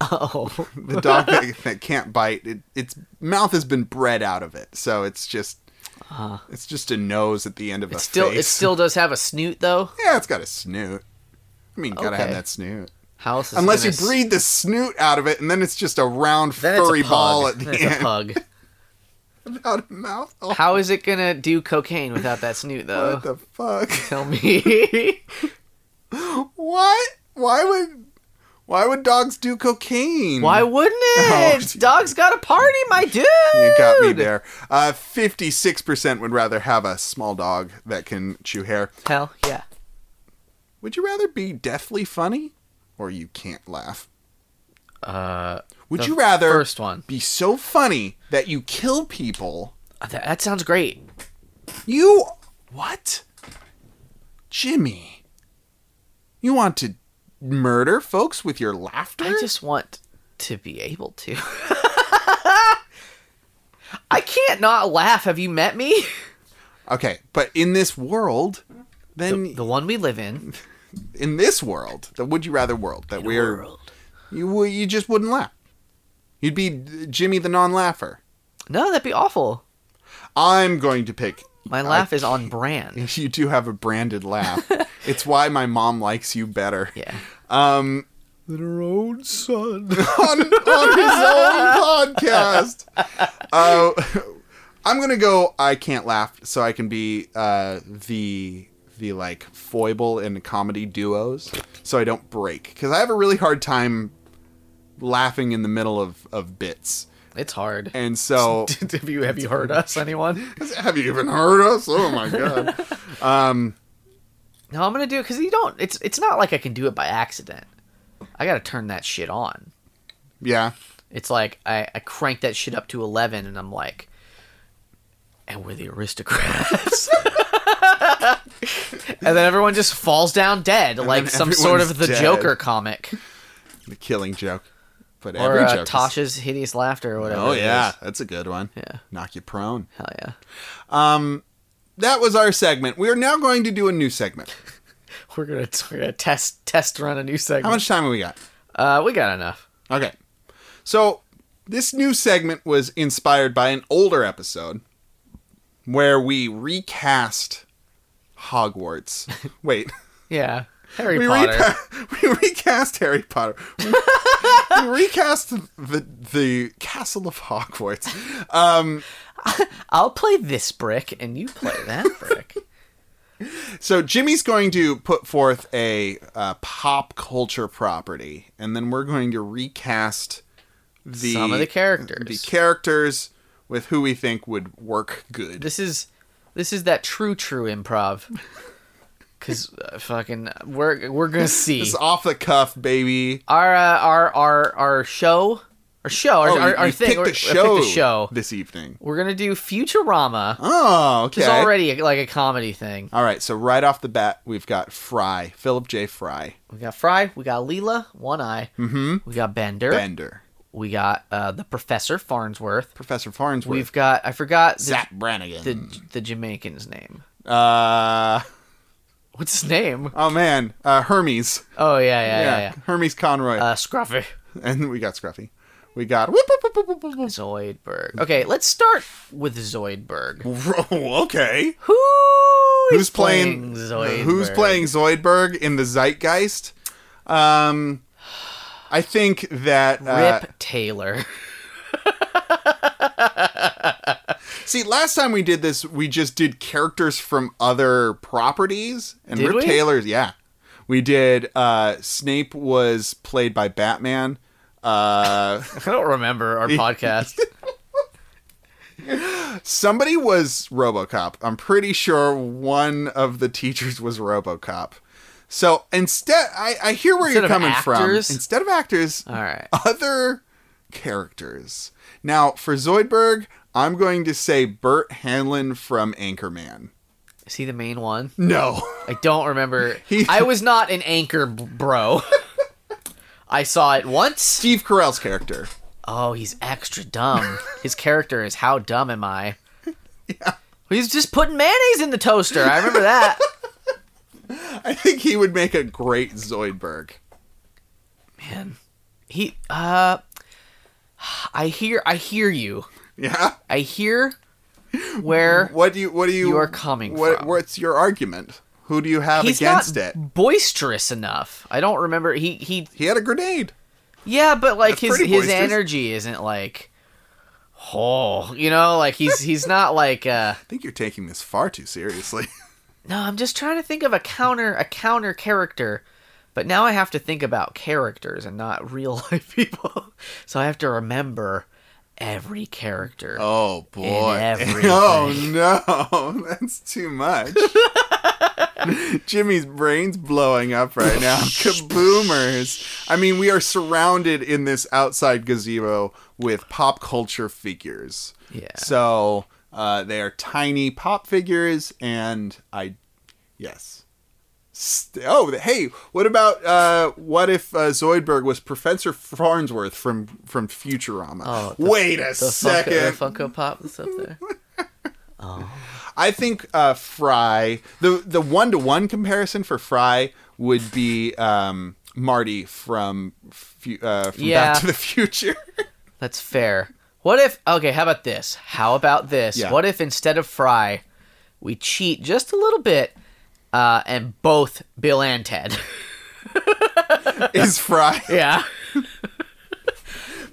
Oh,
the dog that, that can't bite it, its mouth has been bred out of it so it's just it's just a nose at the end of a
it Uh-huh. still
face
it still does have a snoot though.
yeah it's got a snoot i mean you gotta have
Okay.
that snoot
How else is it
unless you
gonna s-
breed the snoot out of it and then it's just a round
then it's a
furry
pug.
ball at
Then
the
it's a
end
pug.
without a mouth oh,
How is it gonna do cocaine without that snoot though?
what the fuck
Tell me.
what why would why would dogs do cocaine
Why wouldn't it?
Hmm. Oh,
Dog's got a party, my dude.
You got me there. Uh, 56% would rather have a small dog that can chew hair.
Hell yeah.
Would you rather be deathly funny or you can't laugh?
Uh,
Would
The
you rather
first one.
be so funny that you kill people?
Uh, that, that sounds great.
You what? Jimmy. You want to murder folks with your laughter?
I just want to be able to. I can't not laugh. Have you met me?
Okay, but in this world, then
The one we live in.
in this world, the would you rather world that we're you wou- you just wouldn't laugh. You'd be Jimmy the non-laugher.
No, that'd be awful.
I'm going to pick
My laugh is on brand.
You do have a branded laugh. it's why my mom likes you better.
Yeah.
Um,
than her own son.
on, on his own podcast. Uh, I'm gonna go. I can't laugh, so I can be uh, the the like foible in comedy duos, so I don't break because I have a really hard time laughing in the middle of of bits,
It's hard.
and so.
have you have you heard us, anyone?
Have you even heard us? Oh my god!
No, I'm gonna do it because you don't. It's it's not like I can do it by accident. I gotta turn that shit on.
Yeah,
It's like I, I crank that shit up to eleven, and I'm like, and we're the aristocrats. and then everyone just falls down dead, like
then
some sort of
everyone's
the
dead.
Joker comic
the killing joke, but
or
every
uh,
joke. is-
Tasha's hideous laughter or whatever.
Oh
it
yeah,
is.
that's a good one.
Yeah.
knock you prone.
hell yeah.
That was our segment. We are now going to do a new segment.
We're gonna we're gonna test test run a new segment.
How much time have we got?
Uh, we got enough.
Okay. So, this new segment was inspired by an older episode where we recast Hogwarts. Wait.
Yeah, Harry
we,
Potter.
repa- we recast Harry Potter. We, we recast the the Castle of Hogwarts. Um,
I'll play this brick, and you play that brick.
so Jimmy's going to put forth a uh, pop culture property, and then we're going to recast the
Some of the characters.
the characters with who we think would work good.
This is this is that true true improv. Cause uh, fucking, we're we're gonna see
This is off the cuff, baby.
our uh, our our our show, our show, our,
Oh,
our,
you,
our
you
thing.
picked
we're-
the
I
show,
picked the show.
this evening.
We're gonna do Futurama.
Oh, okay.
It's already like a comedy thing.
All right, so right off the bat, we've got Fry, Philip J. Fry,
We got Fry, we got Leela, One Eye, mm-hmm. we got Bender,
Bender,
We got uh, the Professor Farnsworth.
Professor Farnsworth.
We've got I forgot the,
Zap Brannigan.
the the Jamaican's name.
uh,
What's his name?
oh man, uh, Hermes.
Oh yeah yeah yeah. yeah.
Hermes Conroy.
Uh, Scruffy.
and we got Scruffy. We got. Whoop, whoop, whoop, whoop, whoop, whoop.
Zoidberg. Okay, let's start with Zoidberg.
Whoa, okay.
Who is
Who's playing?
Zoidberg?
Who's playing Zoidberg in the Zeitgeist? Um, I think that. Uh,
Rip Taylor?
See, last time we did this, we just did characters from other properties, and
Did
Rip
we?
Taylor's. Yeah, we did. Uh, Snape was played by Batman. Uh,
I don't remember our podcast.
somebody was RoboCop. I'm pretty sure one of the teachers was RoboCop. So instead, I, I hear where
Instead
you're
of
coming from.
actors?
Instead of actors,
All right.
other characters. Now for Zoidberg, I'm going to say Bert Hanlon from Anchorman.
Is he the main one?
No.
I don't remember.
He-
I was not an anchor, b- bro. I saw it once.
Steve Carell's character.
Oh, he's extra dumb. His character is how dumb am I? He's just putting mayonnaise in the toaster. I remember that.
I think he would make a great Zoidberg.
Man, he uh, I hear, I hear you.
Yeah.
I hear where
What do you? What do you?
You are coming
What,
from.
What's your argument? Who do you have
he's
against
not
it?
boisterous enough. I don't remember. He he
He had a grenade.
Yeah, but like
That's
his
pretty
his
boisterous.
energy isn't like oh, you know, like he's he's not like uh
I think you're taking this far too seriously.
no, I'm just trying to think of a counter a counter character. But now I have to think about characters and not real life people. So I have to remember every character.
Oh boy!
everything.
Oh no, that's too much. Jimmy's brain's blowing up right now. Kaboomers! I mean, we are surrounded in this outside gazebo with pop culture figures.
Yeah.
So uh, they are tiny pop figures, and I, yes. St- oh, hey, what about uh, what if uh, Zoidberg was Professor Farnsworth from from Futurama?
Oh, the-
Wait a
the, Funko,
second.
the Funko Pop that's up there.
I think uh, Fry. The the one to one comparison for Fry would be um, Marty from fu- uh, from
Yeah.
Back to the Future.
That's fair. What if okay, how about this? How about this?
Yeah.
What if instead of Fry, we cheat just a little bit uh, and both Bill and Ted.
Is Fry
yeah.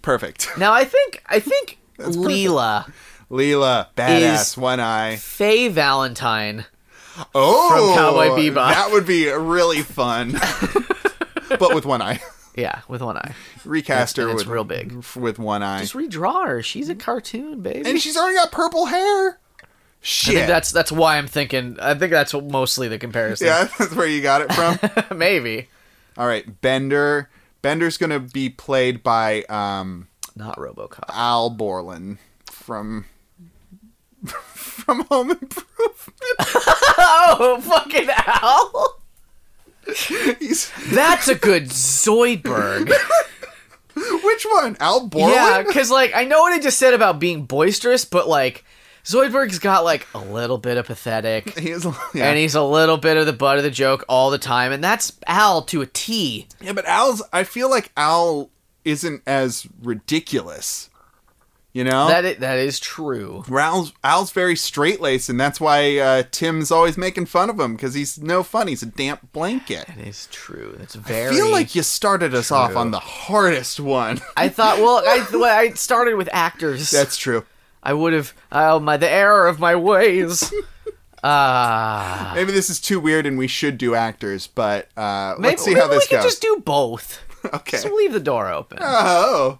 perfect?
Now I think I think Leela,
Leela, badass,
Is-
one eye.
Faye Valentine.
Oh,
Cowboy Bebop.
That would be really fun, but with one eye.
Yeah, with one eye.
Recast her
And it's
with
real big.
f- with one eye,
Just redraw her. She's a cartoon, baby.
and she's already got purple hair.
I think
Shit.
that's that's why I'm thinking. I think that's mostly the comparison.
yeah, that's where you got it from.
Maybe
All right, Bender. Bender's gonna be played by um,
not RoboCop.
Al Borland from from Home Improvement.
Oh, fucking Al!
He's-
That's a good Zoidberg.
which one? Al
Yeah,
Borland.
because like I know what I just said about being boisterous, but like Zoidberg's got like a little bit of pathetic,
He is,
and
yeah.
he's a little bit of the butt of the joke all the time, and that's Al to a T.
yeah, but Al's. I feel like Al isn't as ridiculous. You know,
That i- that is true.
Al's, Al's very straight laced, and that's why uh, Tim's always making fun of him because he's no fun. He's a damp blanket.
That is true. That's
I
very.
feel like you started us off on the hardest one.
I thought. Well, I well, I started with actors.
That's true.
I would have. Oh my, the error of my ways. Ah,
Maybe this is too weird and we should do actors, but uh,
maybe,
let's see how
maybe
this
we can
goes.
just do both.
okay.
Just leave the door open.
Oh.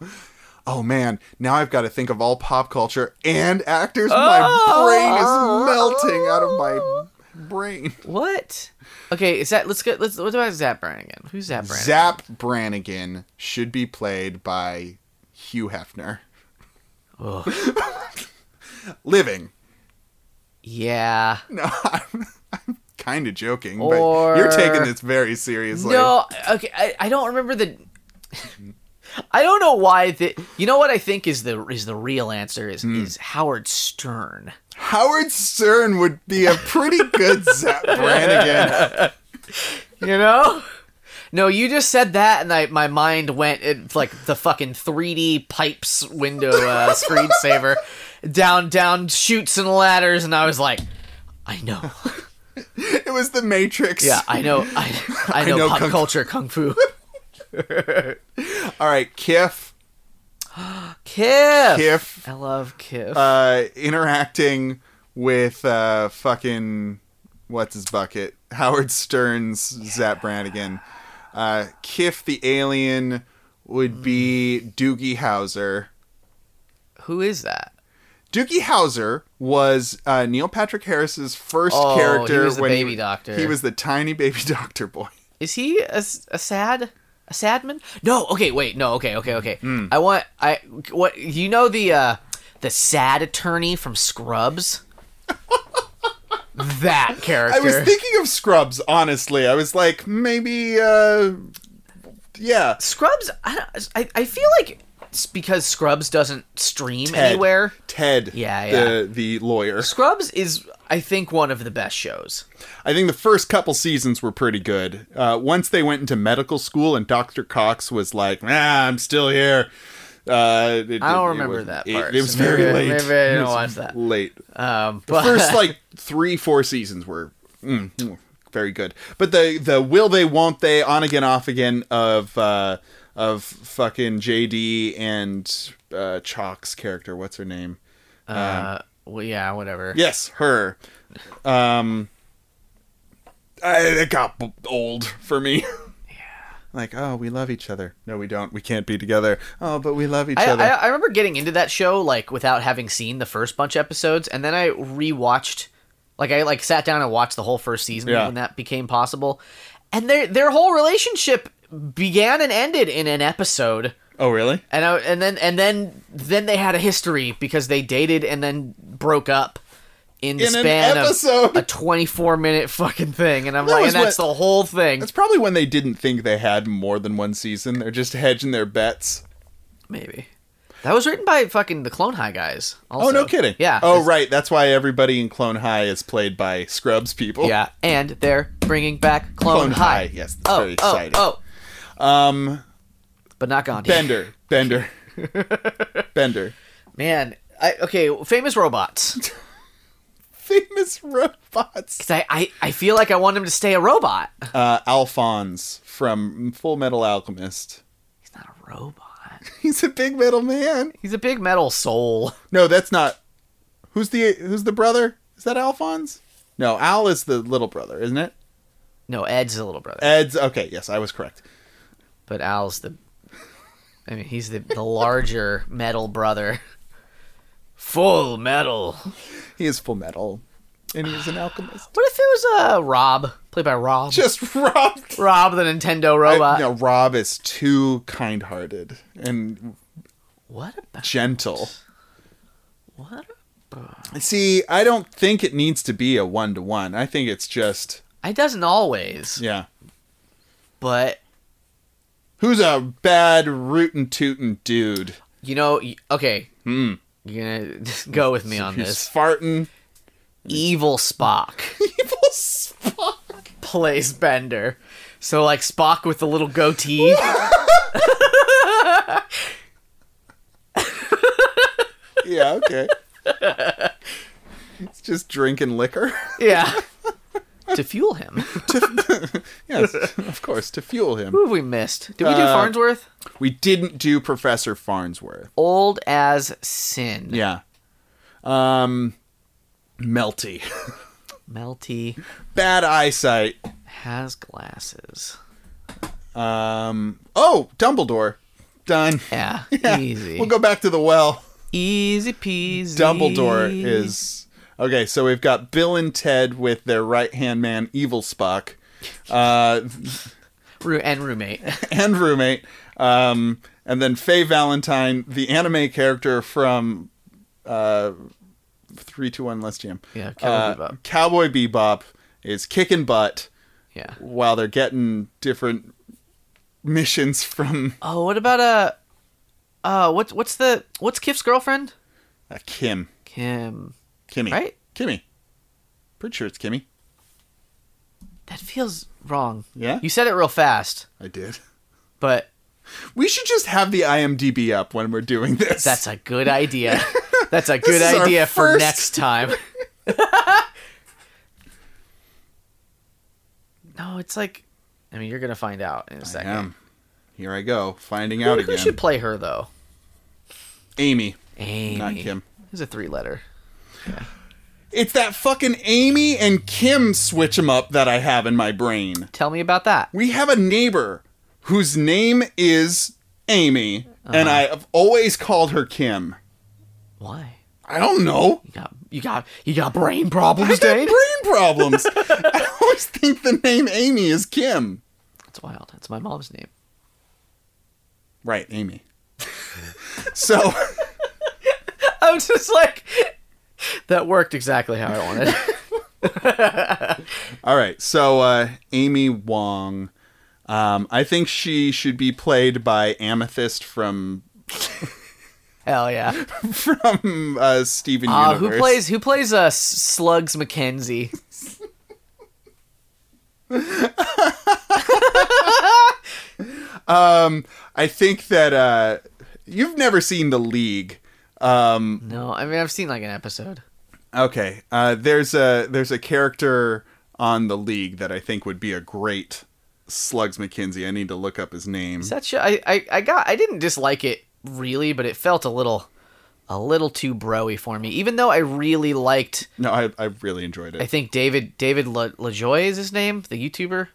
Oh man, now I've got to think of all pop culture and actors.
Oh.
My brain is melting out of my brain.
What? Okay, is that let's get let's what about Zap Brannigan? Who's Zap Brannigan?
Zap Brannigan should be played by Hugh Hefner. Living.
Yeah.
No, I'm, I'm kind of joking,
Or-
but you're taking this very seriously.
No, okay, I, I don't remember the I don't know why the you know what I think is the is the real answer is is Howard Stern.
Howard Stern would be a pretty good Zap Brannigan.
You know? No, you just said that, and I, my mind went it, like the fucking 3D pipes window uh, screensaver down, down chutes and ladders, and I was like, I know,
It was the Matrix.
yeah, I know, I, I know,
know
pop
kung fu.
culture, kung fu.
All right, Kiff.
Kiff.
Kiff
I love Kiff.
uh, interacting with uh, fucking what's his bucket Howard Stern's Zap Brannigan. Uh, Kiff the alien would be Doogie Howser.
Who is that?
Doogie Howser was uh, Neil Patrick Harris's first
Oh, he
character
was the
when
baby doctor.
He was the tiny baby doctor boy.
Is he a, s- a sad a sadman? No. Okay. Wait. No. Okay. Okay. Okay.
Hmm.
I want I what you know the uh the sad attorney from Scrubs. that character.
I was thinking of Scrubs, honestly. I was like, maybe, uh, yeah.
Scrubs. I, don't- I I feel like it's because Scrubs doesn't stream
Ted.
anywhere.
Ted,
Yeah,
the the lawyer.
Scrubs is I think one of the best shows.
I think the first couple seasons were pretty good. Uh, once they went into medical school and Dr. Cox was like, ah, I'm still here. Uh, it-
I don't
it
remember
was-
that
it-
part,
It, was
so
very
maybe-
late.
maybe I
It
didn't
was
watch that.
Late.
Um, but
First, like three, four seasons were mm, mm, very good. But the the will they, won't they, on again, off again of uh, of fucking JD and uh, Chalk's character. What's her name?
uh, well, yeah, whatever.
Yes, her. Um, I, it got b- old for me. Yeah. Like, oh, we love each other. No, we don't. We can't be together. Oh, but we love each
I,
other.
I, I remember getting into that show like without having seen the first bunch of episodes, and then I rewatched, like I like sat down and watched the whole first season
Yeah.
when that became possible, and their their whole relationship began and ended in an episode,
oh, really?
and I, and then and then then they had a history because they dated and then broke up in the
In an
span of
episode.
a twenty four minute fucking thing, and I'm
That
like,
was
and that's
what-
the whole thing,
That's probably when they didn't think they had more than one season. They're just hedging their bets.
maybe. That was written by fucking the Clone High guys.
oh,
also.
no kidding.
Yeah.
Oh,
it's-
right. That's why everybody in Clone High is played by Scrubs people.
Yeah, and they're bringing back Clone,
Oh. Clone
High.
High, yes, that's very exciting.
Oh,
Um,
but not Gandhi.
Bender. Bender. Bender.
Man, I, okay, famous robots. 'Cause
Famous robots.
I, I, I feel like I want him to stay a robot.
uh, Alphonse from Full Metal Alchemist.
He's not a robot.
He's a big metal man.
He's a big metal soul.
No, that's not. Who's the Who's the brother? Is that Alphonse? No, Al is the little brother, isn't it?
No, Ed's a little brother,
Ed's okay. Yes, I was correct.
but Al's the. I mean, he's the, the larger metal brother. Full metal.
He is Full Metal, and he is an alchemist.
What if it was uh, Rob, played by Rob?
Just Rob.
Rob, the Nintendo robot.
no, Rob is too kind-hearted and
What about
gentle.
what?
See, I don't think it needs to be a one-to-one. I think it's just
I doesn't always,
yeah.
but
Who's a bad rootin' tootin' dude?
You know, y- okay.
Hmm.
You're gonna go with me on
He's
this.
farting.
Evil Spock
Evil Spock.
plays Bender. So like Spock with the little goatee.
Yeah, okay. it's just drinking liquor.
yeah. to fuel him.
yes, of course, to fuel him.
Who have we missed? Did we do
Uh,
Farnsworth?
We didn't do Professor Farnsworth.
Old as sin.
Yeah. Um melty.
Melty
Bad eyesight.
has glasses.
Um oh, Dumbledore. Done.
Yeah. Easy.
We'll go back to the well.
Easy peasy.
Dumbledore is Okay, so we've got Bill and Ted with their right-hand man Evil Spock. Uh
Ru- and roommate.
and roommate. Um, and then Faye Valentine, the anime character from uh, 321 Less Jam.
Yeah, Cowboy
Uh,
Bebop.
Cowboy Bebop is kicking butt
Yeah.
while they're getting different missions from.
Oh, what about uh uh, what's what's the what's Kiff's girlfriend?
Uh, Kim.
Kim.
Kimmy.
Right?
Kimmy. Pretty sure it's Kimmy.
That feels wrong.
Yeah?
You said it real fast,
I did.
but
We should just have the IMDb up when we're doing this.
that's a good idea. That's a good
is our
idea for
first-
next time. no, it's like I mean, you're going to find out in a
I
second.
am. Here I go, finding
Who,
out
who
again.
should play her though?
Amy,
Amy.
not Kim.
It's a three letter.
It's that fucking Amy and Kim switch 'em up that I have in my brain.
Tell me about that.
We have a neighbor whose name is Amy, and I have always called her Kim.
Why?
I don't know.
You got you got you got brain
I
problems,
got
Dane.
brain problems. I always think the name Amy is Kim.
That's wild. That's my mom's name.
Right, Amy. so
I was just like, that worked exactly how I wanted.
All right, so uh, Amy Wong, um, I think she should be played by Amethyst from
Hell yeah.
from uh, Steven
Uh,
Universe.
who plays who plays uh, S- Slugs McKenzie?
I think that uh, you've never seen The League. Um,
No, I mean I've seen like an episode.
okay, uh, there's a there's a character on The League that I think would be a great Slugs McKenzie. I need to look up his name.
Is that show? I, I I got I didn't dislike it really, but it felt a little a little too broy for me. Even though I really liked,
no, I, I really enjoyed it.
I think David David La, LaJoy is his name, the YouTuber.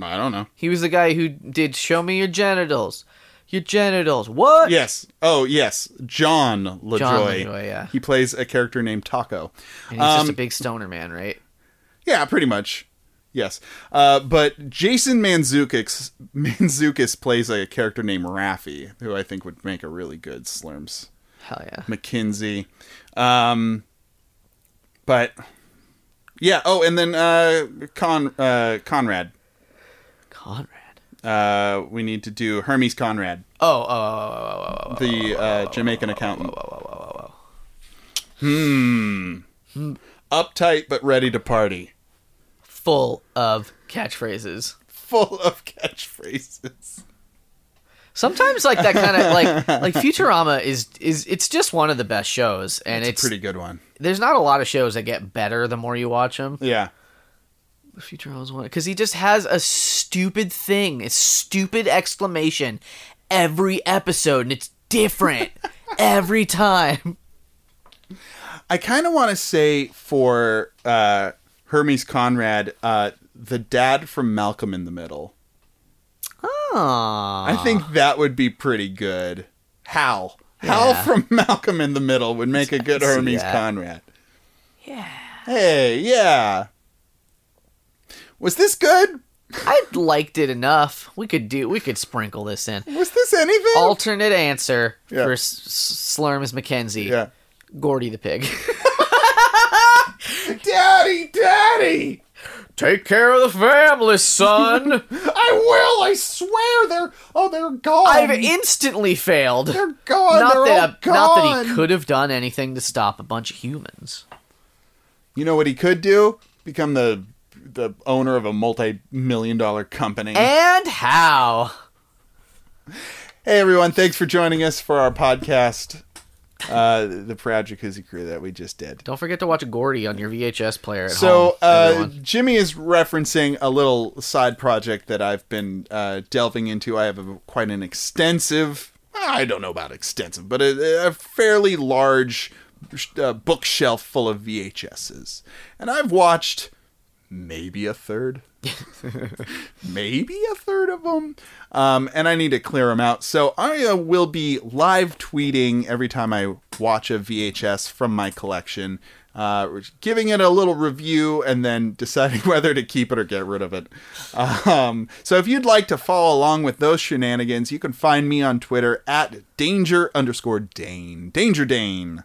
I don't know.
He was the guy who did "Show Me Your Genitals." Your genitals. What?
Yes. Oh, yes. John LaJoy.
LaJoy, yeah.
He plays a character named Taco.
And he's just a
Um,
big stoner man, right?
Yeah, pretty much. Yes. Uh, but Jason Manzukis Manzukis plays a character named Raffi, who I think would make a really good Slurms
Hell yeah.
McKinsey. Um, but yeah. Oh, and then uh, Con uh, Conrad.
Conrad.
Uh, we need to do Hermes Conrad,
Oh, oh, oh, oh, oh, oh, oh.
the uh, Jamaican accountant. Hmm. Uptight but ready to party.
full of catchphrases.
Full of catchphrases.
Sometimes like that kind of like like Futurama is is it's just one of the best shows, and it's,
Pretty good one.
there's not a lot of shows that get better the more you watch them.
Yeah.
Futurama's one because he just has a stupid thing, a stupid exclamation every episode, and it's different every time.
I kind of want to say for uh, Hermes Conrad, uh, the dad from Malcolm in the Middle.
Aww.
I think that would be pretty good. Hal. Hal
Yeah.
from Malcolm in the Middle would make a good
I see
Hermes
that.
Conrad. Yeah. Hey, yeah. Was this good?
I liked it enough. We could do we could sprinkle this in.
Was this anything?
Alternate answer
Yeah.
for S- S- Slurms McKenzie.
yeah.
Gordy the pig.
Daddy, daddy!
Take care of the family, son.
I will, I swear they're oh they're gone.
I've instantly failed.
they're gone.
Not
they're
that,
all
not
gone.
that he could have done anything to stop a bunch of humans.
You know what he could do? Become the the owner of a multi-million dollar company.
And how?
hey everyone, thanks for joining us for our podcast. Uh, the Proud Jacuzzi Crew that we just did.
Don't forget to watch Gordy on your VHS player at
So
home.
uh,
everyone.
Jimmy is referencing a little side project that I've been uh, delving into. I have a, quite an extensive, I don't know about extensive, but a, a fairly large uh, bookshelf full of VHSs, and I've watched maybe a third, maybe a third of them, um, and I need to clear them out. So I uh, will be live tweeting every time I watch a VHS from my collection, uh, giving it a little review, and then deciding whether to keep it or get rid of it. Um, so if you'd like to follow along with those shenanigans, you can find me on Twitter at danger underscore Dane, danger Dane.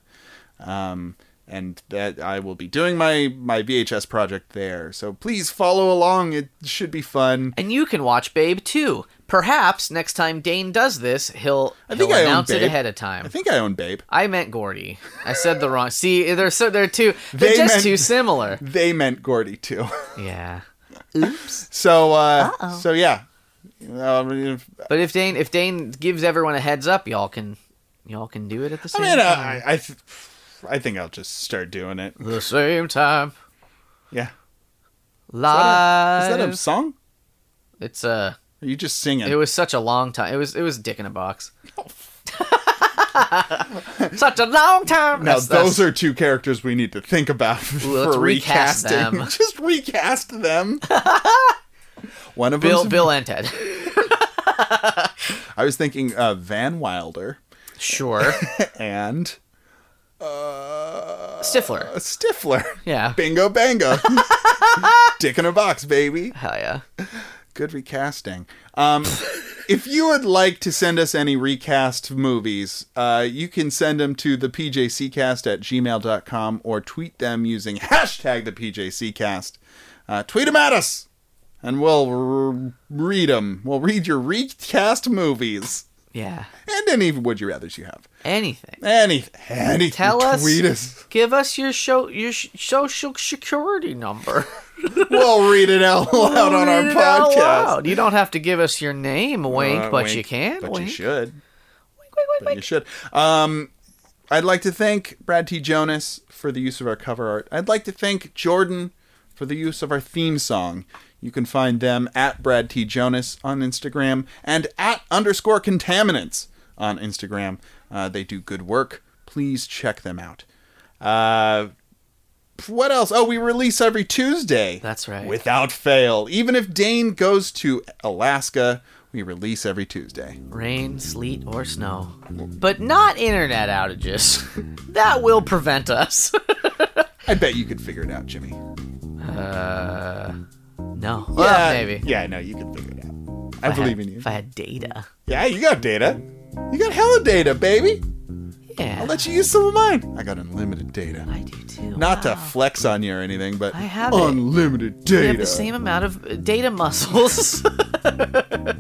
Um, and that I will be doing my my VHS project there. So please follow along. It should be fun.
And you can watch Babe too. Perhaps next time Dane does this, he'll,
I think
he'll
I own
announce it
Babe.
ahead of time.
I think I own Babe.
I meant Gordy. I said the wrong. See, they're so they're too. They're
They
just
meant-
too similar.
They meant Gordy too.
Yeah.
so uh, so yeah. Um, if-
But if Dane if Dane gives everyone a heads up, y'all can y'all can do it at the
I
same
mean, uh,
time.
I I, th- I think I'll just start doing it.
the same time.
Yeah.
Live.
Is that a song?
It's uh
Are you just singing?
it was such a long time. It was it was dick in a box. such a long time.
now
That's-
those
that's-
are two characters we need to think about
let's
for
recast
recasting.
them.
just recast them. One of
Bill
them.
Bill and Ted.
I was thinking uh, Van Wilder
Sure.
and uh,
Stifler.
Stifler.
Yeah.
Bingo bango. Dick in a box, baby.
Hell yeah.
Good recasting. Um, if you would like to send us any recast movies, uh, you can send them to the PJCcast at gmail.com or tweet them using hashtag the PJCcast. Uh, tweet them at us and we'll r- read them. We'll read your recast movies
Yeah.
and any would you rathers you have.
Anything.
Any, any,
Tell us.
tweet us.
Give us your show your sh- social security number.
We'll read it out loud on our
Read it out
podcast.
loud. You don't have to give us your name, wink,
Uh,
but
wink,
you can.
But
wink.
you should.
Wink, wink, wink,
but you
wink.
should. Um, I'd like to thank Brad T. Jonas for the use of our cover art. I'd like to thank Jordan for the use of our theme song. You can find them at Brad T. Jonas on Instagram and at underscore contaminants on Instagram. Uh, they do good work. Please check them out. Uh, what else? Oh, we release every Tuesday.
That's right.
Without fail. Even if Dane goes to Alaska, we release every Tuesday.
Rain, sleet, or snow, but not internet outages. that will prevent us.
I bet you could figure it out, Jimmy.
uh, no. Well, maybe.
Yeah, no, you can figure it out. I
If had-
believe in you.
If I had data.
Yeah, you got data. You got hella data, baby.
Yeah.
I'll let you use some of mine. I got unlimited data.
I do too.
Not to
Wow.
flex on you or anything, but
I have it.
unlimited
We
data.
have the same amount of uh, data muscles.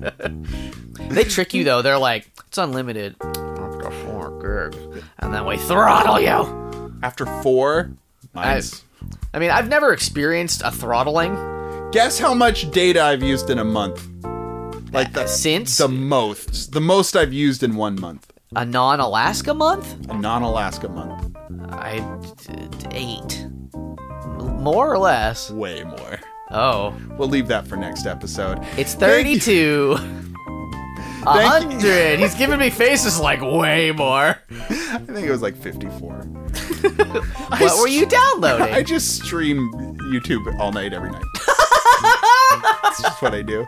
they trick you though. They're like, it's unlimited. Up to four gigs. And then we throttle you.
After four, mine's-
I mean, I've never experienced a throttling
guess how much data I've used in a month. Like the
since
the most, the most I've used in one month,
a non-Alaska month.
a non-Alaska month.
I d- d- eight, more or less.
Way more.
Oh,
We'll leave that for next episode.
it's
Thank you.
thirty-two. A
Thank you.
hundred. He's giving me faces like way more.
I think it was like 54.
What were you downloading?
I just stream YouTube all night, every night. That's just what I do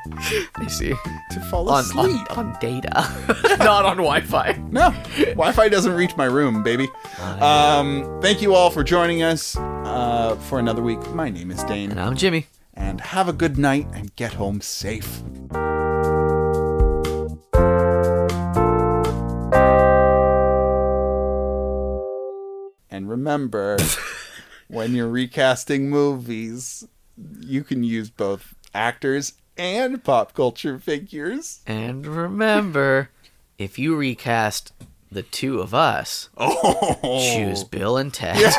I see.
to fall
On,
asleep.
on, on data, not on Wi-Fi.
No, Wi-Fi doesn't reach my room, baby. Um, thank you all for joining us uh, for another week. My name is
And
Dane,
I'm Jimmy.
and have a good night and get home safe. And remember, when you're recasting movies, you can use both actors and pop culture figures.
And remember, if you recast the two of us,
Oh,
choose Bill and Ted.
Is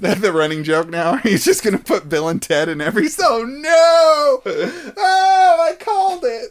that the running joke now? He's just gonna put Bill and Ted in every. So no! Oh, I called it.